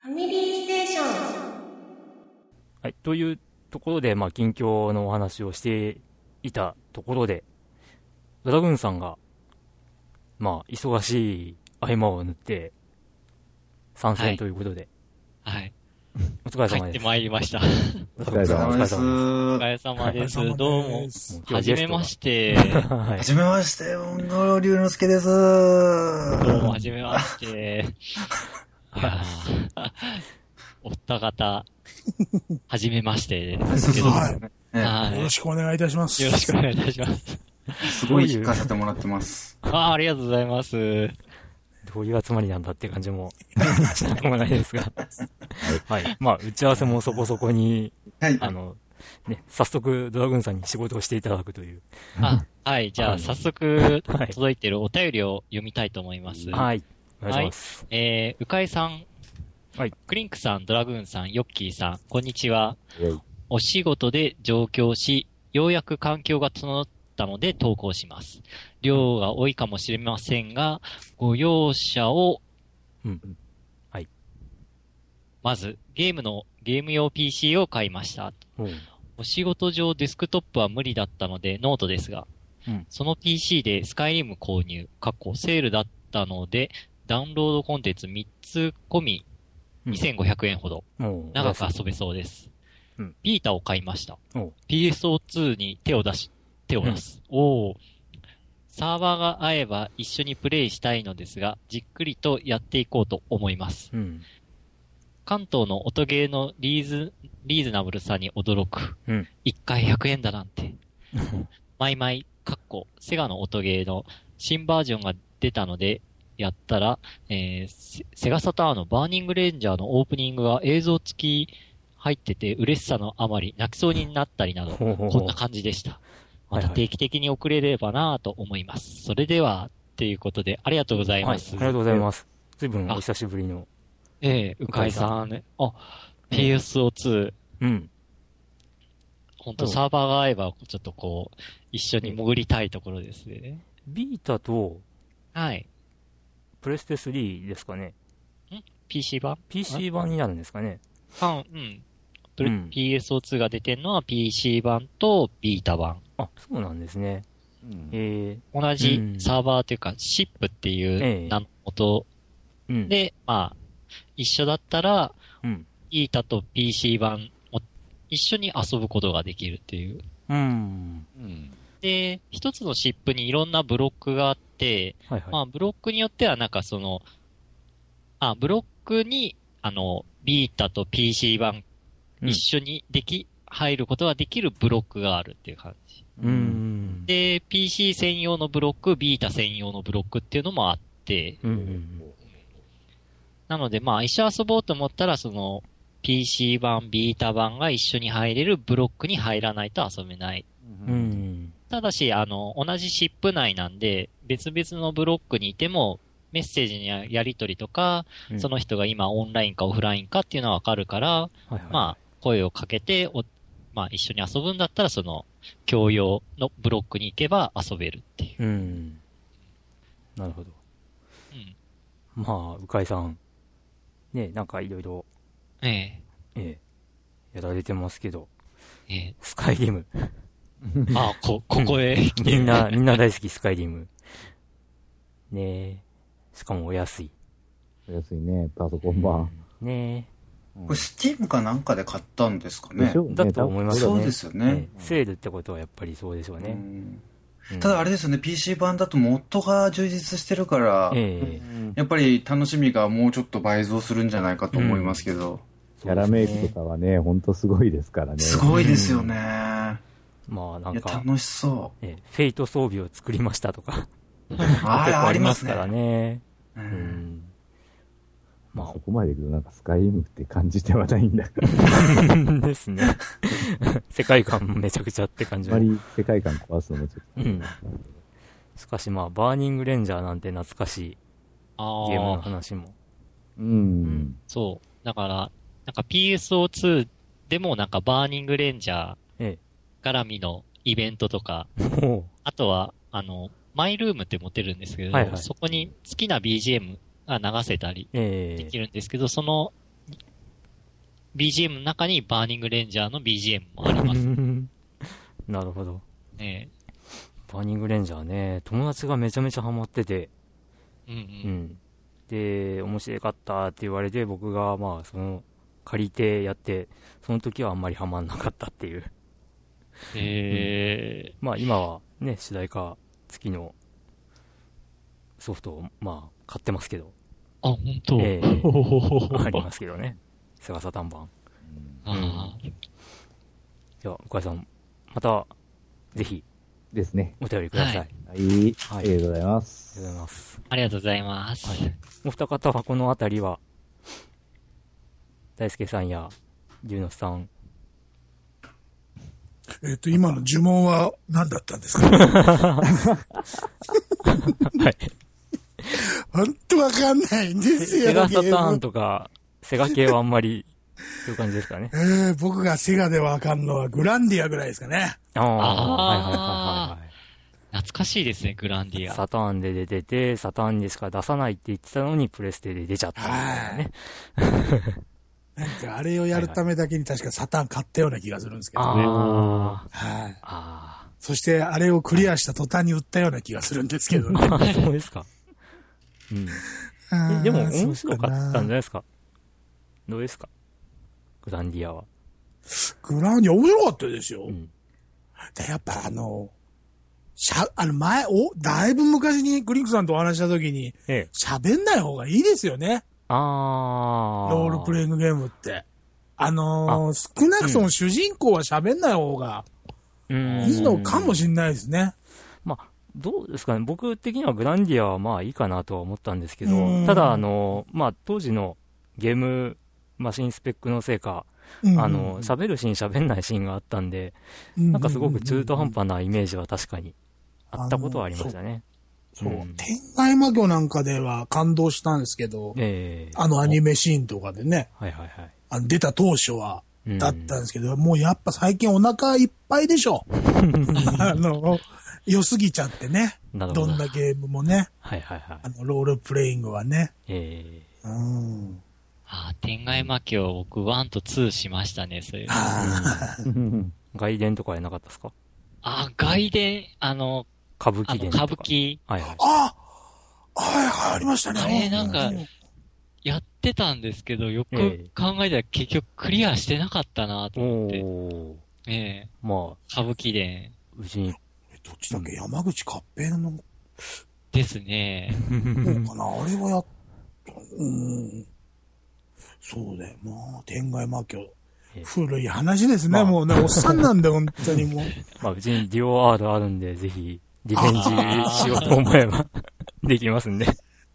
ファミリーステーション。はい、というところで、まあ、近況のお話をしていたところで、ドラグーンさんが、まあ、忙しい合間を縫って、参は戦いということで、はい。お疲れ帰様っでてす。まいりました。お疲れ様です。はお疲れ様です。はいどうも。はじめまして。はいはじめまして、モンゴル龍之介です。どうも、はじめまして。 いやーおった方、はじめましてですけど。は。はいねい。よろしくお願いいたします。よろしくお願いいたします。すごい聞かせてもらってます。ああ、ありがとうございます。どういう集まりなんだって感じもしなくもないですが。はい。まあ、打ち合わせもそこそこに、はい。あの、ね、早速、ドラグーンさんに仕事をしていただくという。あ、はい。じゃはあ、い早速、はい届いてるお便りを読みたいと思います。はい。お願いします。えー、うかいさん。はいクリンクさん、ドラグーンさん、ヨッキーさん、こんにちは。はいお仕事で上京し、ようやく環境が整ったので投稿します。量が多いかもしれませんが、ご容赦を、うん。はい。まず、ゲームの、ゲーム用 PC を買いました。おうお仕事上デスクトップは無理だったのでノートですが、うんその PC でスカイリム購入、過去セールだったので、ダウンロードコンテンツ3つ込みうん2500円ほど、もう、長く遊べそうです。うんビータを買いましたおう。 PSO2 に手を出し、手を出す。おーサーバーが合えば一緒にプレイしたいのですが、じっくりとやっていこうと思います。うん。関東の音ゲーのリーズ、リーズナブルさに驚く。うん一回100円だなんて。マイマイ、かっこ、セガの音ゲーの新バージョンが出たので、やったら、えーセセガサターンのバーニングレンジャーのオープニングが映像付き入ってて、嬉しさのあまり泣きそうになったりなど、ほうほうほう こんな感じでした。まはいたはい定期的に送れればなぁと思います。それでは、ということで、ありがとうござはいい。あまりす。がとうございます。随分お久しぶりの。ええうかいさんね。あ、PSO2、うん。本当サーバーが合えば、ちょっとこう、一緒に潜りたいところですね。ビータと、はい。プレステ3ですかね。 PC 版 PC 版になるんですかね。版、ううん。ん PSO2 が出てるのは PC 版とビータ版。あ、そうなんですね。うんえ同うじんサーバーというか、SIP っていええう名の元ー、うん。で、まあ、一緒だったら、うん。ビータと PC 版を一緒に遊ぶことができるっていう。うん。うんで、一つの SIP にいろんなブロックがあって、はいはい。まあ、ブロックによっては、なんかその、あ、ブロックに、あの、ビータと PC 版うん一緒にでき、入ることができるブロックがあるっていう感じ。うん。で、PC 専用のブロック、ビータ専用のブロックっていうのもあって、うんうん。なのでまあ一緒に遊ぼうと思ったら、その、PC 版、ビータ版が一緒に入れるブロックに入らないと遊べない。うん。うん。ただし、あの、同じ SIP 内なんで、別々のブロックにいても、メッセージのやり取りとか、うんその人が今オンラインかオフラインかっていうのはわかるから、はいはい、まあ、声をかけてお、まあ、一緒に遊ぶんだったら、その、共用のブロックに行けば遊べるっていう。うん。なるほど。うんまあ、うかいさん。ねなんかいろいろ、えええ、やられてますけど、え、えスカイリム。え。ああ、 こ、ここへ。みん な、みんな大好き、スカイリム。ねえ。しかもお安い。安いね、パソコン版。ねこれ、スティームかなんかで買ったんですかでねしょ。だと思いますよね。そうですよえねえセールってことはやっぱりそうでしょううね。んうんただあれですよね、PC 版だとモッドが充実してるから、ええ。やっぱり楽しみがもうちょっと倍増するんじゃないかと思いますけど、キャラメイクとかはね、ほんとすごいですからね。すごいですよね。まあ、ないんや、か、楽しそええフェイト装備を作りましたとか、う。あ結構あ、あありりまますすからね。ね。ううんん。まそこまでいくとなんかスカイリムって感じではないんだから、あ、ですね。 世界観めちゃくちゃって感あじまり世界観壊すのもちょっと。うんしかしまあ、バーニングレンジャーなんて懐かしいあゲームのあ、話も。うん。そう。だから、なんか PSO2 でもなんかバーニングレンジャえー絡みのイベントとか、ほあとは、あの、マイルームって持てるんですけど、はいはいそこに好きな BGM が流せたり、 う。えでえきるんですけど、その BGM の中にバーニングレンジャーの BGM もありますなるほど。 ね。バーニングレンジャーね、友達がめちゃめちゃハマってて、うんう。うんん。で、面白かったって言われて、僕がまあ、その、借りてやって、その時はあんまりハマんなかったっていう。 えまあ今はね、主題歌付きのソフトをまあ買ってますけど、ー、あ、本当。 ええありあますけどね。セガサタン版。あでは、向井さん、また、ぜひ、ですね。お便りください。はあいりははい。あいりがとうございまがとうございす。ます。ありがとうございます。お二方はこのあたりは、大輔さんや、龍之さん、えっと、今の呪文は何だったんで すか はい。ほんとわかんないんですよ。セガサタゲーームンとか、セガ系はあんまり、という感じですかね。えー僕がセガでわかんのはグランディアぐらいですかね。ああ、はいはいあーはいはいはい。懐かしいですね、グランディア。サターンで出てて、サターンでしか出さないって言ってたのに、プレステで出ちゃったみたいなね。なんかあれをやるためだけに確かサタン買ったような気がするんですけどね。あはい。あ、あそしてあれをクリアした途端に売ったような気がするんですけどね。あ、そうですか。うん。 えでも、あー面白かったんじゃそうなないですか。どうですかグランディアは。グランディア面白かったですよ。うん。でやっぱあの、しゃ、あの前、お、だいぶ昔にグリックさんとお話しした時に、ええ。喋んない方がいいですよね。ああ。ロールプレイングゲームって。あのー少なくとうも主人公は喋んない方がイいいのかもしれないですね。まあ、どうですかね、僕的にはグランディアはまあいいかなとは思ったんですけうど、んただ、あの、まあ、当時のゲームマシンスペックのせいか、うんあの、喋るシーン、喋んないシーンがあったんで、なんかすごく中途半端なイメージは確かにあったことはありましたね。そううん天外魔女なんかでは感動したんですけど、ええあのアニメシーンとかでね、はいはいはい。あの出た当初は、うんだったんですけど、もうやっぱ最近お腹いっぱいで しょ。あの、良すぎちゃってね。なるほどどんなゲームもね、はいはいはいあ。の、ロールプレイングはね。えうん。ああ、天外魔境、僕1と2しましたね、それ。ああえ外伝とかやなかったですかあ、外伝、あの、歌舞あ伎の、伝とか。歌舞。伎はいはいー。あはいはい、ありましたね。あれなんかやってたんですけど、よくええ考えたら結局クリアしてなかったなとお思って。おええまあ、歌舞伎伝うちに、どっちだっけ山口合併のですね。方かな、あれはやっ、うん。そうだよな。天外魔境ええ。古い話ですね、まあもうね、おっさんなんで、本当にもう。 まあ、うちに DOR あるんで、ぜひ、リベンジしようと思え ば、できますんで。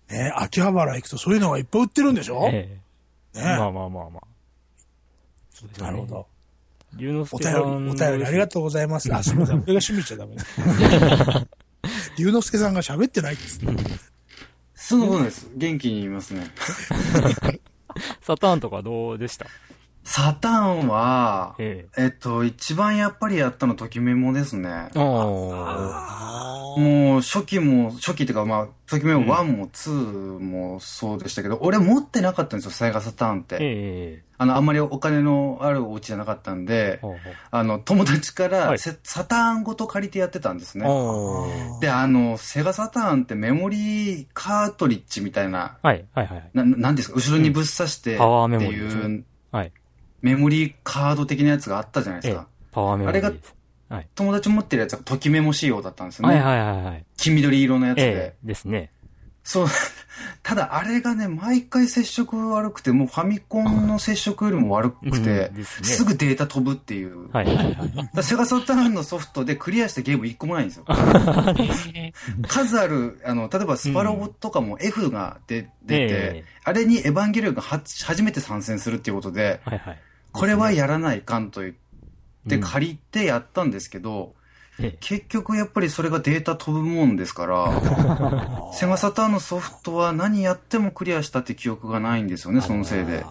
ね、秋葉原行くとそういうのがいっぱい売ってるんでしょ、ええねまあまあまあまあ。そうですよなねるほど。。龍之お介便りさん、お便りありがとうございます。あ、すみません。 俺が趣味言っちゃダメだ。龍之介さんが喋ってないっつって。そんなことないです。元気に言いますね。サターンとかどうでしたサターンは、ええっと、一番やっぱりやったのときメモですねえ。。ああ。もう初期も、初期っていうかまあ、ときメモ1も2もそうでしたけど、俺持ってなかったんですよ、セガサターンって。えあの、あんまりお金のあるお家じゃなかったんでえ、ほうあの、友達かはらいセサターンごと借りてやってたんですね。ほうで、あの、セガサターンってメモリーカートリッジみたいな、はい、はい、はい。な、なんですか、後ろにぶっ刺して、んってパワーメモリーですねいうはい。メモリーカード的なやつがあったじゃないでえすえか。。パワーメモリーです。友達持ってるやつがときメモ仕様だったんですよはね。い、はい、はい、はい。黄緑色のやつで。ええ、ですね。そう。 ただ、あれがね、毎回接触悪くて、もうファミコンの接触よりも悪くてうん、ですねすぐデータ飛ぶっていう。はい、はい、はい。だからセガサターンのソフトでクリアしたゲーム一個もない んですよ。ええ数ある、あの、例えばスパロボとかも F が出,、出えて、えあれにエヴァンゲリオンがは初めて参戦するっていうことで、はい、はい。これはやらないかんと言ってうん借りてやったんですけど、え結局やっぱりそれがデータ飛ぶもんですか ら、セガサターンのソフトは何やってもクリアしたって記憶がないんですよね、そのせいで。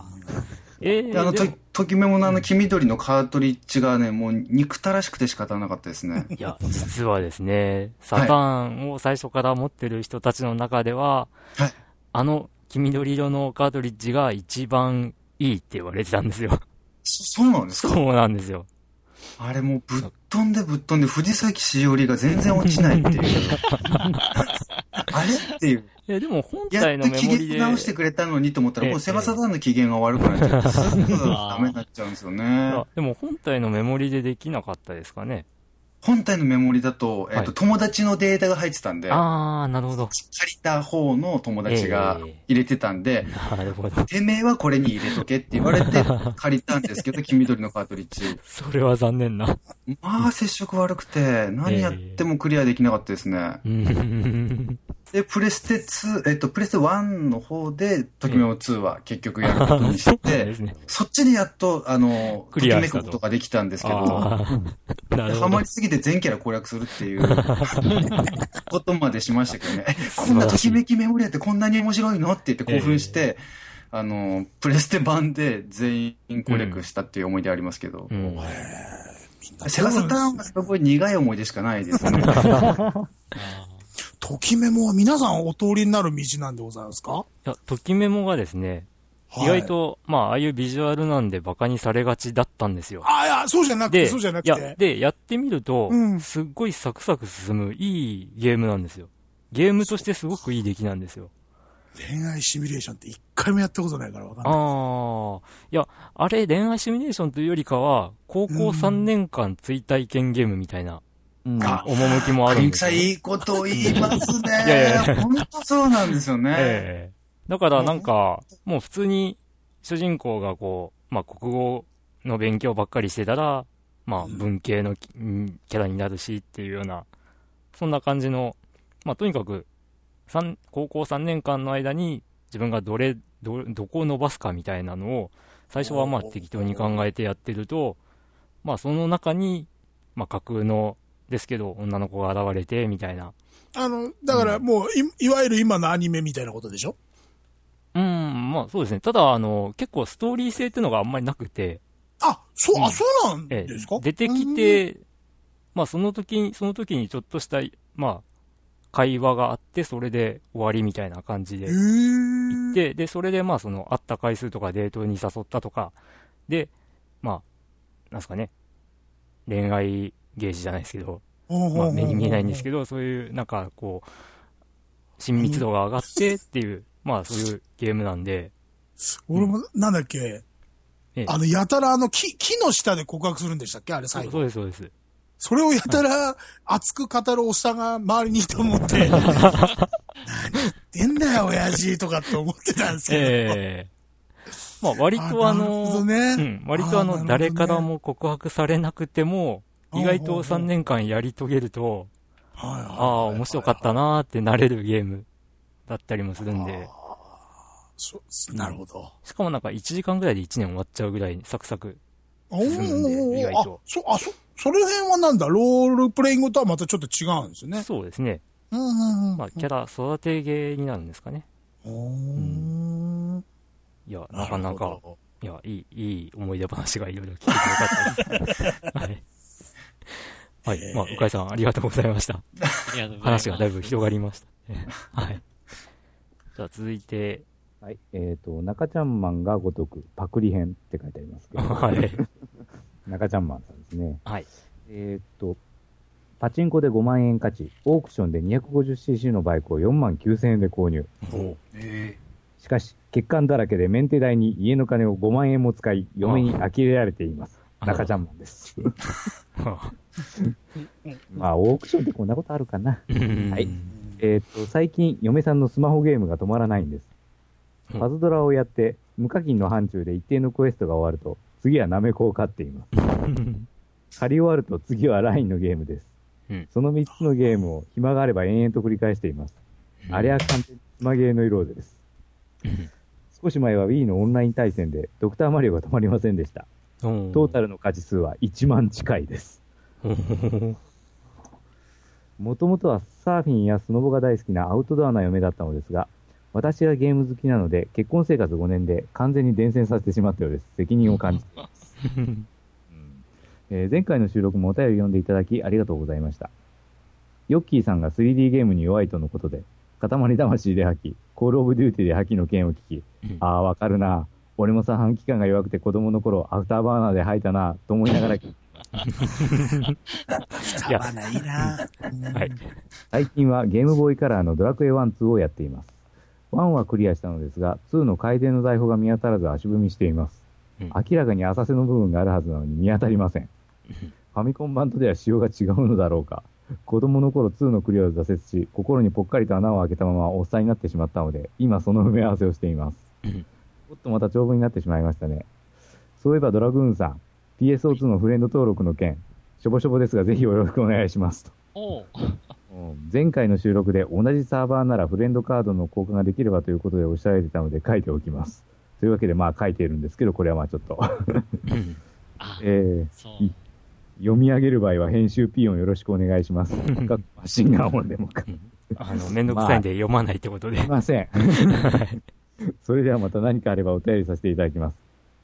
え。ええであの、とでもときメモのあの黄緑のカートリッジがね、もう憎たらしくて仕方なかったです ね。いや、実はですね、サターンを最初から持ってる人たちの中では、はいあの黄緑色のカートリッジが一番いいって言われてたんですよ。 そそうなんですかそうなんですよ。あれもうぶっ飛んでぶっ飛んで藤崎しおりが全然落ちないっていう。 あれっていう。え、でも本や体っのとメ機モリ嫌で。直してくれたのにと思ったら、ええこのセガサターンの機嫌が悪くなっちゃって、すぐダメになっちゃうんですよね。あでも本体のメモリでできなかったですかね。本体のメモリだと、えっ、と、はい友達のデータが入ってたんで、借あー、なるほど。 りた方の友達がええ入れてたんで、なるほど。てめえはこれに入れとけって言われて借りたんですけど、黄緑のカートリッ ジ。それは残念な。まあ、接触悪くて、何やってもクリアできなかったですね。うん。で、プレステ2、えっ、と、プレステ1の方で、ときめも2は結局やることにし そうでてす、ね。そっちでやっと、あの、クリアとしきたとめくことができたんですけど、あー、なる ハほマどり。すぎて全キャラ攻略するっていう ことまでしましたけどね、こん素晴なとらしいきめきメモリアってこんなに面白いのって言って興奮して、あの、プレステ版で全員攻略したっていう思い出ありますけど、うん。セガサターンはすごい苦い思い出しかないで すね。ときメモは皆さんお通りになる道なんでございますかいや、ときメモがですね、はい意外と、まあ、ああいうビジュアルなんでバカにされがちだったんですよ。あ、いや、そうじゃなくて、で、そうじゃなくいやて、。で、やってみると、うんすっごいサクサク進む、いいゲームなんですよ。ゲームとしてすごくいい出来なんですよ。恋愛シミュレーションって一回もやったことないからわかんない。ああ。いや、あれ、恋愛シミュレーションというよりかは、高校うん3年間追体験ゲームみたいな、うんあ趣もあるんですよ。さんいいこと言いますね。いやいや本当そうなんですよね。ええだからなんか、もう普通に主人公がこう、まあ国語の勉強ばっかりしてたら、まあ文系のきうんキャラになるしっていうような、そんな感じの、まあとにかく、三高校3年間の間に自分がどれ、ど、どこを伸ばすかみたいなのを、最初はまあ適当に考えてやってると、まあその中に、まあ架空の、ですけど、女の子が現れて、みたいな。あの、だからもうい、いわゆる今のアニメみたいなことでしょうん、まあそうですね。ただ、あの、結構ストーリー性っていうのがあんまりなくて、あ、そう、うんあ、そうなんええですか出てき、て、まあその時に、その時にちょっとした、まあ、会話があって、それで終わりみたいな感じでへえ。ー。で、で、それでまあその、会った回数とかデートに誘ったとか、で、まあ、なんすかね、恋愛芸事じゃないですけど、まあ目に見えないんですけど、そういう、なんかこう、親密度が上がってっていう、まあそういうゲームなんで、ど。俺も、なんだっけ、ええあの、やたらあの木、木の下で告白するんでしたっけあれ最そう後。です、そうです。それをやたら熱く語るおっさんが周りにいて思っ て、何言ってんだよ、親父とかって思ってたんですけど。ええまあ割とあなるほの、どねうん、割とああーなるほどの、ね誰からも告白されなくても、意外と3年間やり遂げると、はいはいああ、面白かったなーってなれるゲームだったりもするんで、そうなるほど。しかもなんか1時間ぐらいで1年終わっちゃうぐらいにサクサク。おー進んで意外とあ、そ、あ、そ、それ辺はなんだ、ロールプレイングとはまたちょっと違うんですよね。そうですね。うんうんうん。まあキャラ育てゲーになるんですかね。おーいや、なかなるかほ、いどや、いい、いい思い出話がいろいろ聞けてよか ったです。はい。はい。まあ、うかいさんありがとうございました。ありがとうございます話がだいぶ広がりました ね。はい。じゃあ続いて、はい。えっ、と、中ちゃんマンがごとくパクリ編って書いてあり ますけど、 はい。中ちゃんマンさんですね。はい。えっ、と、パチンコで5万円価値、オークションで 250cc のバイクを4万9000円で購入。えしかし、欠陥だらけでメンテ代に家の金を5万円も使い、嫁に呆れられています。あ中ちゃんマンです。 まあ、オークションってこんなことあるかな。ははいい。えーっと、最近、嫁さんのスマホゲームが止まらないんです。うんパズドラをやって、無課金の範疇で一定のクエストが終わると、次はナメコを飼っています。借り終わると次はラインのゲームです。うんその3つのゲームを暇があれば延々と繰り返しています。うんあれは完全にスマゲーの色です。少し前は Wii のオンライン対戦で、ドクターマリオが止まりませんでした。トータルの価値数は1万近いです。ル。もともとはサーフィンやスノボが大好きなアウトドアな嫁だったのですが、私がゲーム好きなので、結婚生活5年で完全に伝染させてしまったようです。責任を感じています。 えー前回の収録もお便り読んでいただきありがとうございました。ヨッキーさんが 3D ゲームに弱いとのことで、塊魂で吐き、コールオブデューティで吐きの件を聞き、うんああ、わかるな。俺も三半期間が弱くて子供の頃、アフターバーナーで吐いたな、と思いながら、いやま だいいな。うん はい。最近はゲームボーイカラーのドラクエ1、2をやっています。1はクリアしたのですが、2の改善の財宝が見当たらず足踏みしています。うん明らかに浅瀬の部分があるはずなのに見当たり ません。ファミコン版とでは仕様が違うのだろうか。子供の頃2のクリアを挫折し、心にぽっかりと穴を開けたままおっさんになってしまったので、今その埋め合わせをしています。うんおっとまた長文になってしまいましたね。そういえばドラグーンさん、PSO2 のフレンド登録の件、しょぼしょぼですがぜひよろしくお願いしますと。おううん前回の収録で同じサーバーならフレンドカードの交換ができればということでおっしゃられてたので書いておきます。というわけでまあ書いているんですけど、これはまあちょっと、 うんあ、えーそう。読み上げる場合は編集ピーヨンよろしくお願い します。かっこマシンガン音でもか。あの、めんどくさいんで読まないってことですい。ません。それではまた何かあればお便りさせていただきます。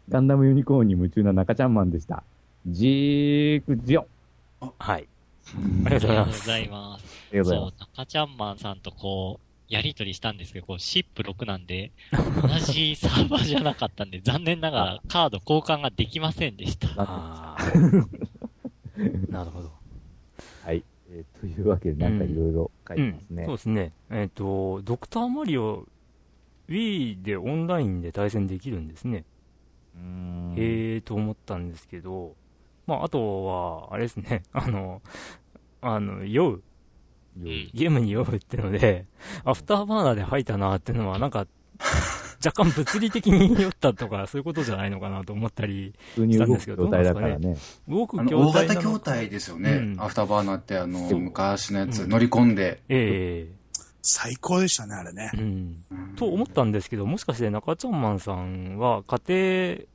ガンダムユニコーンに夢中な中ちゃんマンでした。ジークジオン。はい。ありがとうございます。ざいます。ありがとうございそまうす。、中ちゃんマンさんとこう、やりとりしたんですけど、こう、シップ6なんで、同じサーバーじゃなかったんで、残念ながらカード交換ができませんでした。あーなる ほど。はい。えーというわけでなんかいろいろ書いてますね。そうですね。えっ、と、ドクターマリオ、Wii でオンラインで対戦できるんですね。うーんへえーと思ったんですけど、まあ、あとは、あれですね、あの、あの、酔う、うん。ゲームに酔うってので、アフターバーナーで吐いたなってのは、なんか、若干物理的に酔ったとか、そういうことじゃないのかなと思ったり、普通に動く状態だからね。動くあ筐体の、大型なの筐体ですよね。うんアフターバーナーって、あの、そう昔のやつ、うん乗り込んで。え最高でしたね、あれねえ。うん。と思ったんですけど、もしかして中ちゃんマンさんは家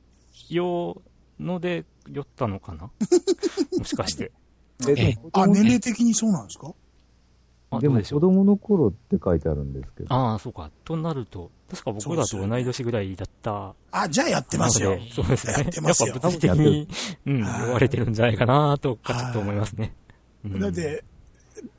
庭用ので酔ったのか なもしかして。でえあ、年齢的にそうなんですかあでどうもでしょ子う供の頃って書いてあるんですけど。ああ、そうか。となると、確か僕らと同い年ぐらいだったあ、じゃあやってなまのすで、よ。そうですね。やってますよやっぱ物理的に、うん、 はい言われてるんじゃないかなとか、ちょっと思いますね。うんだっ、て、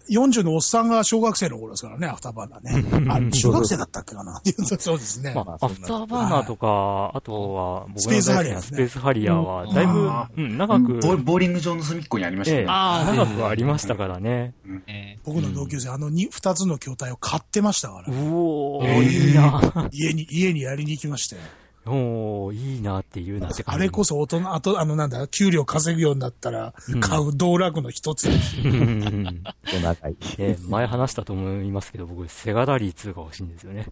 40のおっさんが小学生の頃ですからね、アフターバーナーね。あ、中学生だったっけかなそうですね。ままあ、あアフターバーナーとか、あとは、僕スのペー大スハリ好きアーなですねスペースハリアーは、だいぶあ、うん、長く、ボボーリング場の隅っこにありましえたよえ、ね。あー長くありましたからね。え僕の同級生、あのに二つの筐体を買ってましたかうら、おえー、えいいな。家に、家にやりに行きましたよ。おー、いいなっていうなって感あじ。れこそ大人、あと、あの、なんだ、給料稼ぐようになったら、買う道楽の一つですよ。うんうんうんお腹い。 ね前話したと思いますけど、僕、セガラリー2が欲しいんですよ ね。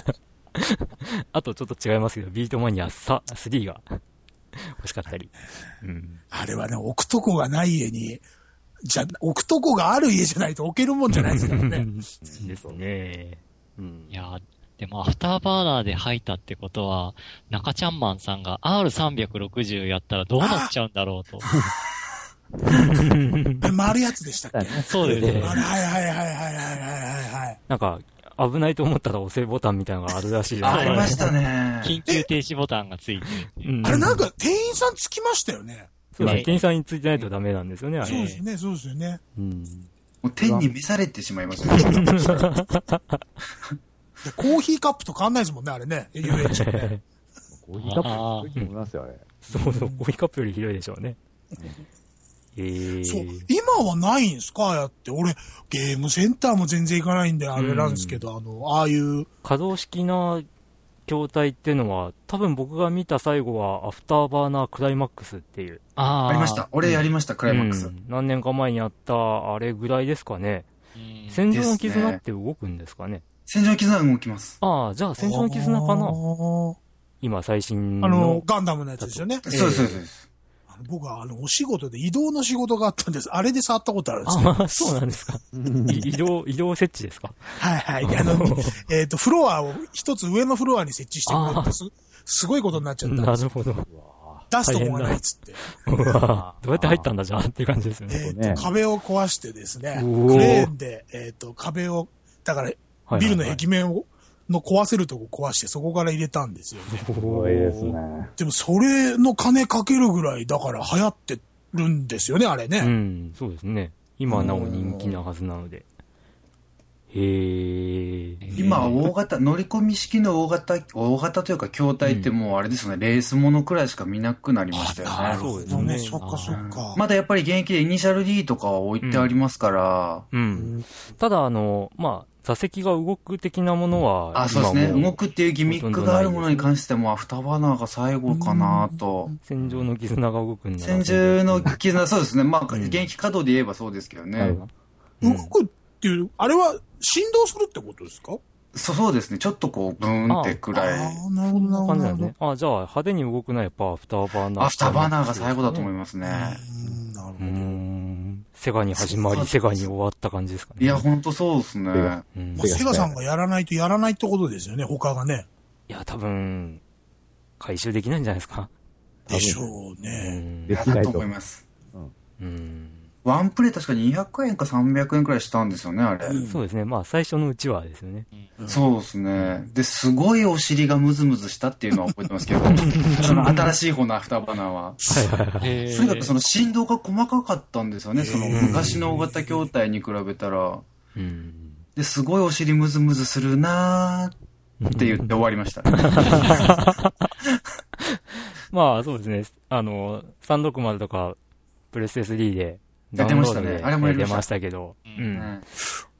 あとちょっと違いますけど、ビートマニアさ3が欲しかったり。うんあれはね、置くとこがない家に、じゃ、置くとこがある家じゃないと置けるもんじゃないですからね。ですね。うんーいやーでも、アフターバーナーで吐いたってことは、中ちゃんマンさんが R360 やったらどうなっちゃうんだろうと。あれ丸いやつでしたっけ そうですええね。あれ、はいはいはいはいはいはいはい。なんか、危ないと思ったら押せボタンみたいなのがあるらしいですあありましたね。緊急停止ボタンがついてる。うんあれなんか店員さんつきましたよね。そうですね。店員さんについてないとダメなんですよね、あそうでれ。すね、そうですよね。うんもう天に召されてしまいましたね。でコーヒーカップと変わんないですもんね、あれね。遊園地のね。コーヒーカップ、コーヒー飲みますよ、あれ。そうそう、コーヒーカップよりひどいでしょうね。えーそう。今はないんですかああやって。俺、ゲームセンターも全然行かないんで、あれなんですけど、あの、ああいう、可動式な筐体っていうのは、多分僕が見た最後は、アフターバーナークライマックスっていう、あーありまし。た。俺やりました、クライマックス。うん何年か前にあった、あれぐらいですかね。うん戦場の絆って動くんですかね。戦場絆動きます。ああ、じゃあ戦場の絆かあな。ー今、最新の。あの、ガンダムのやつですよね。そうです、そうですそうです。あの僕は、あの、お仕事で移動の仕事があったんです。あれで触ったことあるんですよ。ああ、 そうなんですか。い移動、移動設置ですか。はいはい。あの、えっと、フロアを一つ上のフロアに設置してくれってす、すごいことになっちゃったんなでするほど。出すとこがないっつって。うわどうやって入ったんだじゃんっていう感じですよね。えーとね壁を壊してですね、クうおーレーンで、えー、と壁を、だから、はいはいはいビルの壁面を、の壊せるとこ壊して、そこから入れたんですよね。すすごいですね。。でも、それの金かけるぐらい、だから流行ってるんですよね、あれね。うん、そうですね。今なお人気なはずなので。へえ。今、大型、乗り込み式の大型、大型というか筐体ってもうあれですよね、レースものくらいしか見なくなりましたよね。なるほそどうね。ですねそっかそっか。まだやっぱり現役でイニシャル D とかは置いてありますから、う。うんんただ、あの、まあ、座席が動く的なものは、あ、そうで今すね。も動くっていうギミックがあるものに関しても、アフターバーナーが最後かなと。戦場の絆が動くんだな先住の絆、そうですね。まあ、うん現役稼働で言えばそうですけどなるねほ。どうん動くっていう、あれは振動するってことですかそうそうですね。ちょっとこう、ブーンってくらい。ああ、なるほど、な感るほじどなんですね。。あ、じゃあ、派手に動くのはやっぱアフターバーナー。アフターバーナーが最後だと思いまますね。うんなるほうーど。ん。セガに始まり、セガに終わった感じですかね。いや、ほんとそうですね。うん、まあ、セガさんがやらないとやらないってことですよね、他がね。いや、多分、回収できないんじゃないですか。でしょううね。んいで。やだと思います。うん。ワンプレイ確か200円か300円くらいしたんですよね、あれ。うんそうですね。まあ、最初のうちはですよね。そうですね。で、すごいお尻がムズムズしたっていうのは覚えてますけど、 その新しい方のアフターバーナーは。へとにかくその、の振動が細かかったんですよね、その昔の大型筐体に比べたら。うん。で、すごいお尻ムズムズするなーって言って終わりま した。まあ、そうですね。あの、360とか、プレステ3で、やってましたねダウンロードであれもやりま出したましたけど。うん。ね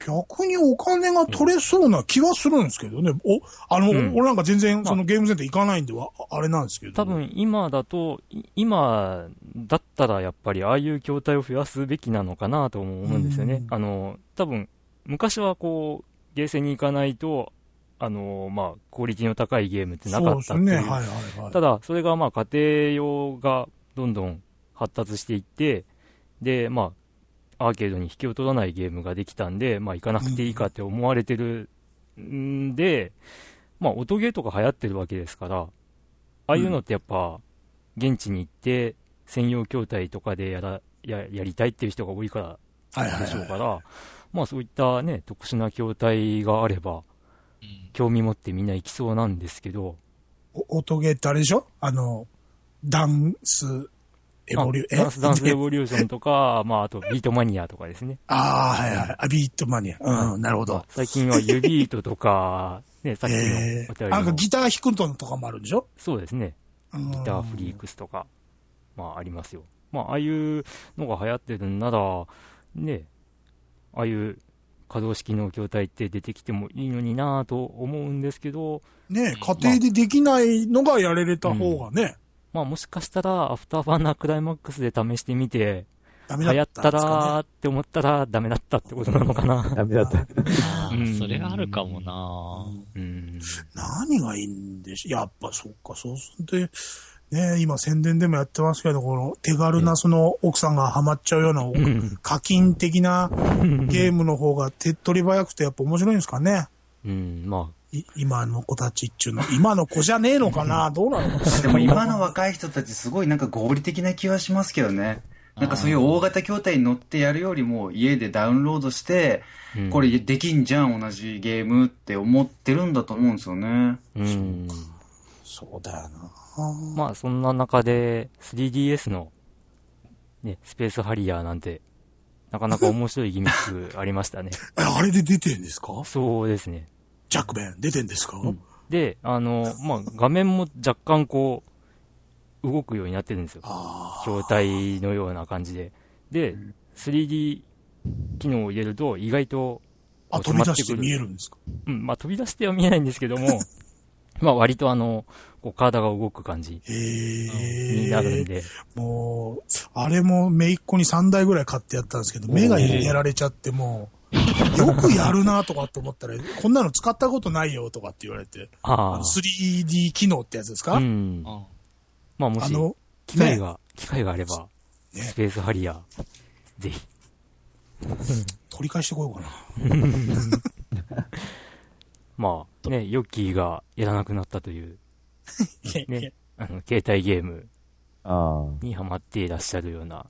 逆にお金が取れそうな気はするんですけどね。お、あの、うん俺なんか全然そのゲームセンター行かないんでは、ああれなんですけど。多分、今だと、い今だったらやっぱり、ああいう筐体を増やすべきなのかなとも思うんですよねう。んあの、多分、昔はこう、ゲーセンに行かないと、あの、まあ、クオリティの高いゲームってなかったそっうてですね。いはいうはいはい。ただ、それがまあ家庭用がどんどん発達していって、で、まあ、アーケードに引けを取らないゲームができたんで、まあ、行かなくていいかって思われてるんで、まあ、音ゲーとか流行ってるわけですから、ああいうのってやっぱ、現地に行って、専用筐体とかでやらややりたいっていう人が多いからはいはいでしょうはから、まあ、そういったね、特殊な筐体があれば、うん興味持ってみんな行きそうなんですけど、い。お音ゲーってあれでしょあの、ダンス、エボリュあダンスダンスエボリューションとか、 まあ、あとビートマニアとかですね。ああ、はいはい。あ、ビートマニア。うん、なるほど。最近はユビートとか、ね、さっきのおええ便りなんかの、ギター弾くんとかもあるんでしょそうですね、ギギターフリークスとか、まあ、ありますよ。まあ、ああいうのが流行ってるんなら、ね、ああいう可動式の筐体って出てきてもいいのになぁと思うんですけど、ね家庭でできないのがやれれた方がね、まあ、もしかしたら、アフターバーナークライマックスで試してみて、ダ流メ行だっったたんですからーって思ったら、ダメだったってことなのかな。ダメ だった。あうーんそれがあるかもなうん。ね。何がいいんでしょやっぱそっか、そうすると、ね今宣伝でもやってますけど、この手軽なその奥さんがハマっちゃうようなうん課金的なゲームの方が手っ取り早くてやっぱ面白いんですかね。うん、まあ、い今の子たちっていうの、今の子じゃねえのかなどうなのかなでも今の若い人たちすごいなんか合理的な気はしますけどね。なんかそういう大型筐体に乗ってやるよりも家でダウンロードして、うんこれできんじゃん同じゲームって思ってるんだと思うんですよね。うん。そうだよな。まあ、そんな中で、3DS の、ね、スペースハリアーなんて、なかなか面白いギミックありま したね。えあれで出てんですかそうですね。ジャックベン出てんですか、で、あの、まあ、画面も若干こう、動くようになってるんですよ。あ筐体のような感じで。で、3D 機能を入れると、意外と、あ、飛び出して見えるんですかうん、まあ、飛び出しては見えないんですけど も、まあ、割とあの、こう、体が動く感じへになるんえ。で、もう、あれもめいっ子に3台ぐらい買ってやったんですけど、目がやられちゃってもう、よくやるなとかって思ったら、こんなの使ったことないよとかって言われて、ああの 3D 機能ってやつですか、あ、うんう。んまあ、もあし、の、機会が、機会があれば、ねスペースハリアー、ぜひ。取り返してこようかな。まあ、ね、ヨッキーがやらなくなったという、ね、あの、携帯ゲームああ。にハマっていらっしゃるような。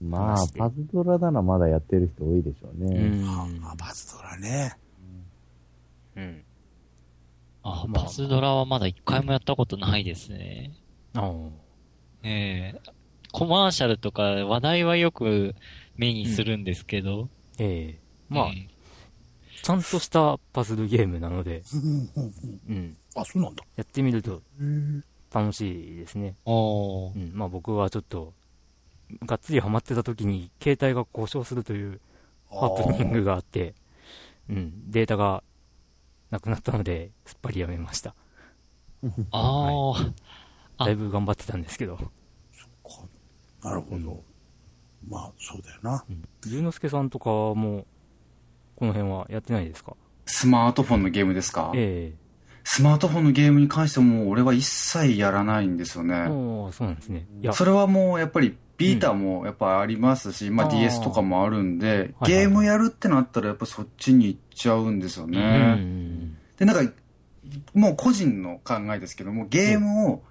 まあ話し、てパズドラならまだやってる人多いでしょううね。ん。あ、バズドラね。うん。あ、パズドラはまだ一回もやったことないですね。あーええコマーシャルとか話題はよく目にするんですけど。ええまあう、んちゃんとしたパズルゲームなので、うんうんうんうん。あ、そうなんだ。やってみるとへー楽しいですね。おうー。ん。まあ僕はちょっと、がっつりハマってた時に携帯が故障するというハプニングがあって、うん。データがなくなったので、すっぱりやめました。あー。あだいぶ頑張ってたんですけど。なるほど。まあ、そうだよな。うん。龍之介さんとかも、この辺はやってないですかスマートフォンのゲームですかえスマートフォンのゲームに関してはもう俺は一切やらないんですよえね。おーそうなんですね。いや、それはもうやっぱりビータもやっぱありますし、まああー DS とかもあるんで、はいゲームやるってなったらやっぱそっちに行っちゃうんですよね。うん。で、なんか、もう個人の考えですけども、ゲームを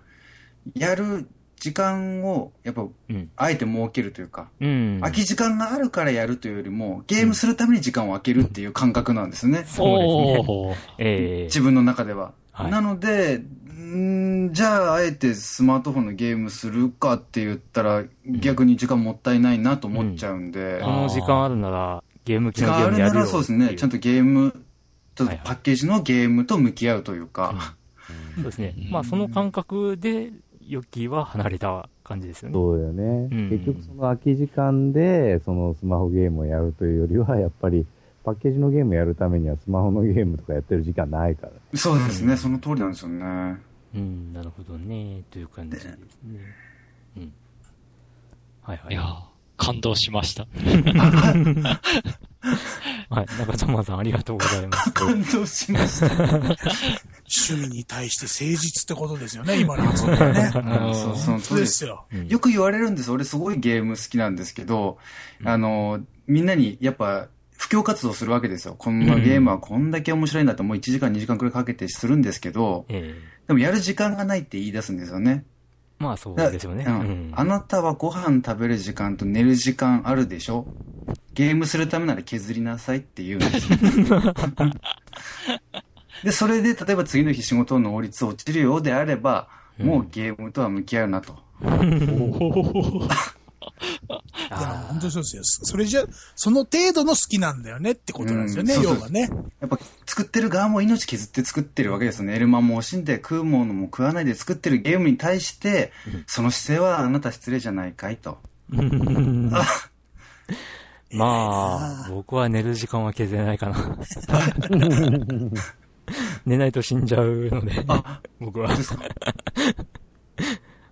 やる時間を、やっぱ、うん。あえて設けるというか、うん。空き時間があるからやるというよりも、ゲームするために時間を空けるっていう感覚なんですそうね。ですねおー。ええ自分の中では。はいなので、んーじゃあ、あえてスマートフォンのゲームするかって言ったら、逆に時間もったいないなと思っちゃうんで、この時間あるなら、ゲーム機時のゲ間あームるやなるよらそうですね、ちゃんと。とゲーム、ちょっはいはいとパッケージのゲームと向き合うというか、そうですねう。んまあ、その感覚で、ヨッキーは離れた感じですよね。そうだよね。うん結局その空き時間で、そのスマホゲームをやるというよりは、やっぱりパッケージのゲームやるためにはスマホのゲームとかやってる時間ないから。そうですね、その通りなんです よね。うん、なるほどね。という感じですね。うん。はいはいい。やー感動しました。はい。中島さん、ありがとうござい ます。感動しました。趣味に対して誠実ってことですよね、今の発言はね。 うんそうそのそ通うりでですす。よ。うんよく言われるんです。俺すごいゲーム好きなんですけど、あの、みんなにやっぱ、布教活動するわけですよ。こんなゲームはこんだけ面白いんだってもう1時間2時間くらいかけてするんですけど、ええでもやる時間がないって言い出すんですよね。まあ、そうでしょうね。ううんん。あなたはご飯食べる時間と寝る時間あるでしょゲームするためなら削りなさいって言うんで すよ。で、それで例えば次の日仕事の能率落ちるようであれば、もうゲームとは向き合うなと。いや、本当にそうですよ。それじゃ、その程度の好きなんだよねってことなんですよね、うんそう要そうはね。やっぱ作ってる側も命削って作ってるわけですよね。エルマも惜しんで食うものも食わないで作ってるゲームに対して、その姿勢はあなた失礼じゃないかいと。 まあ、僕は寝る時間は削れないか な。寝ないと死んじゃうので、僕は。ですか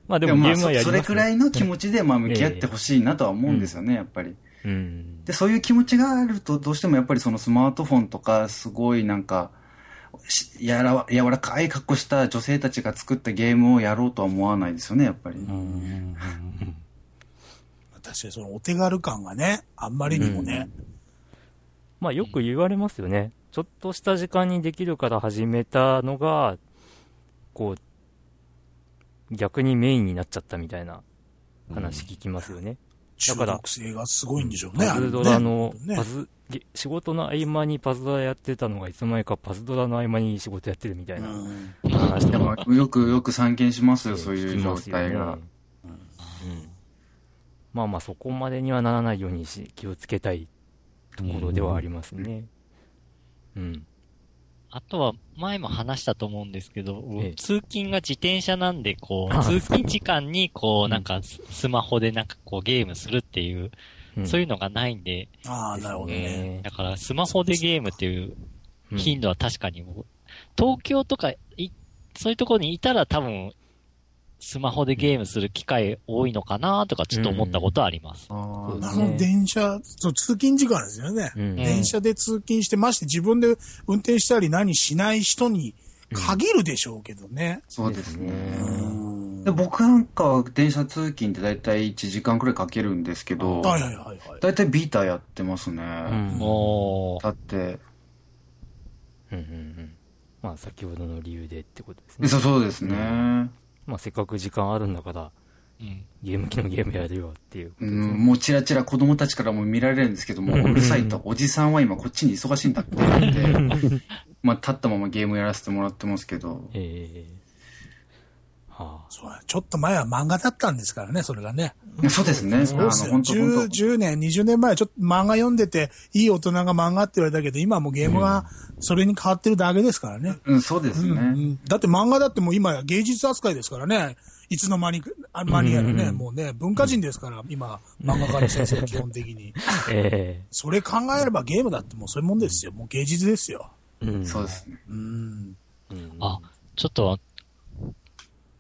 まあ ででももゲまあームはそ、やります、そねれくらいの気持ちでまあ向き合ってほしいなとは思うんですよね、やっぱり。うん。で、そういう気持ちがあると、どうしてもやっぱりそのスマートフォンとか、すごいなんか、しやら、柔らかい格好した女性たちが作ったゲームをやろうとは思わないですよね、やっぱり。うん。確かにそのお手軽感がね、あんまりにもね。まあよく言われますよね。ちょっとした時間にできるから始めたのが、こう、逆にメインになっちゃったみたいな話聞きますよね。中だから毒性がすごいんでしょうね。パズドあラれねの、ねパズ、げ仕事の合間にパズドラやってたのがいつの間にかパズドラの合間に仕事やってるみたいなうん話でとかも、よくよく散見しますよ、そう聞きいうま状すよね態が。うんまあまあそこまでにはならないようにし気をつけたいところではありますね。うん。あとは、前も話したと思うんですけど、ええ通勤が自転車なんで、こあう、通勤時間に、こうう、んなんかス、スマホでなんかこう、ゲームするっていう、うんそういうのがないんで、ああ、なるほどね。ねだから、スマホでゲームっていううん頻度は確かに、東京とかい、そういうところにいたら多分、スマホでゲームする機会多いのかなとか、ちょっと思ったことはあります。あねあの電車、そう通勤時間ですよね。うんね電車で通勤して、まして自分で運転したり何しない人に限るでしょうけどね。そうですね。うんで僕なんかは電車通勤って大体1時間くらいかけるんですけど、はいはいはいはい。大体ビーターやってますね。うんおーだって、うんうんうんまあ先ほどの理由でってことですでね。そうそうですね。まあせっかく時間あるんだからうん。ゲーム機のゲームやるよっていうことでうすん、ね。もうチラチラ子供たちからも見られるんですけども、うるさいと、おじさんは今こっちに忙しいんだって言って、 まあ立ったままゲームやらせてもらってますけど、ええはあ。そうだちょっと前は漫画だったんですからね、それがね。そうですね。そうですよ。本当本 10, 当10年、20年前はちょっと漫画読んでて、いい大人が漫画って言われたけど、今はもうゲームがそれに変わってるだけですからね。うん、そうですうんうね。んだって漫画だってもう今や芸術扱いですからね。いつの間にか、あ間にやらね、もうね、文化人ですから、今、漫画家の先生は基本的 に。えそれ考えればゲームだってもうそういうもんですよ。もう芸術ですよ。えうん そうですね。うん。うんあ、ちょっとは、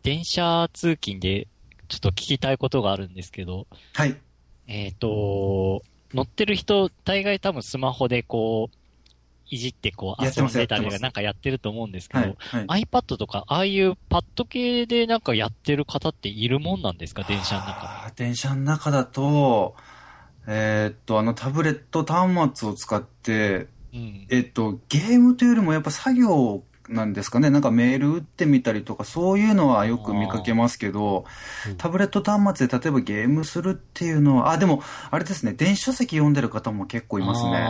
電車通勤で、ちょっと聞きたいことがあるんですけど、はい。えっ、と、乗ってる人、大概多分スマホでこう、いじってこうやって遊んますでたりやとってまかすなんかやってると思うんですけはいど、。はい。 iPad とか、ああいうパッド系でなんかやってる方っているもんなんですか電車の中。あー電車の中だと、えーっと、あのタブレット端末を使って、うん。えーっと、ゲームというよりもやっぱ作業なんですかね。なんかメール打ってみたりとか、そういうのはよく見かけますけどうん、タブレット端末で例えばゲームするっていうのは、あ、でも、あれですね、電子書籍読んでる方も結構いますね。ああ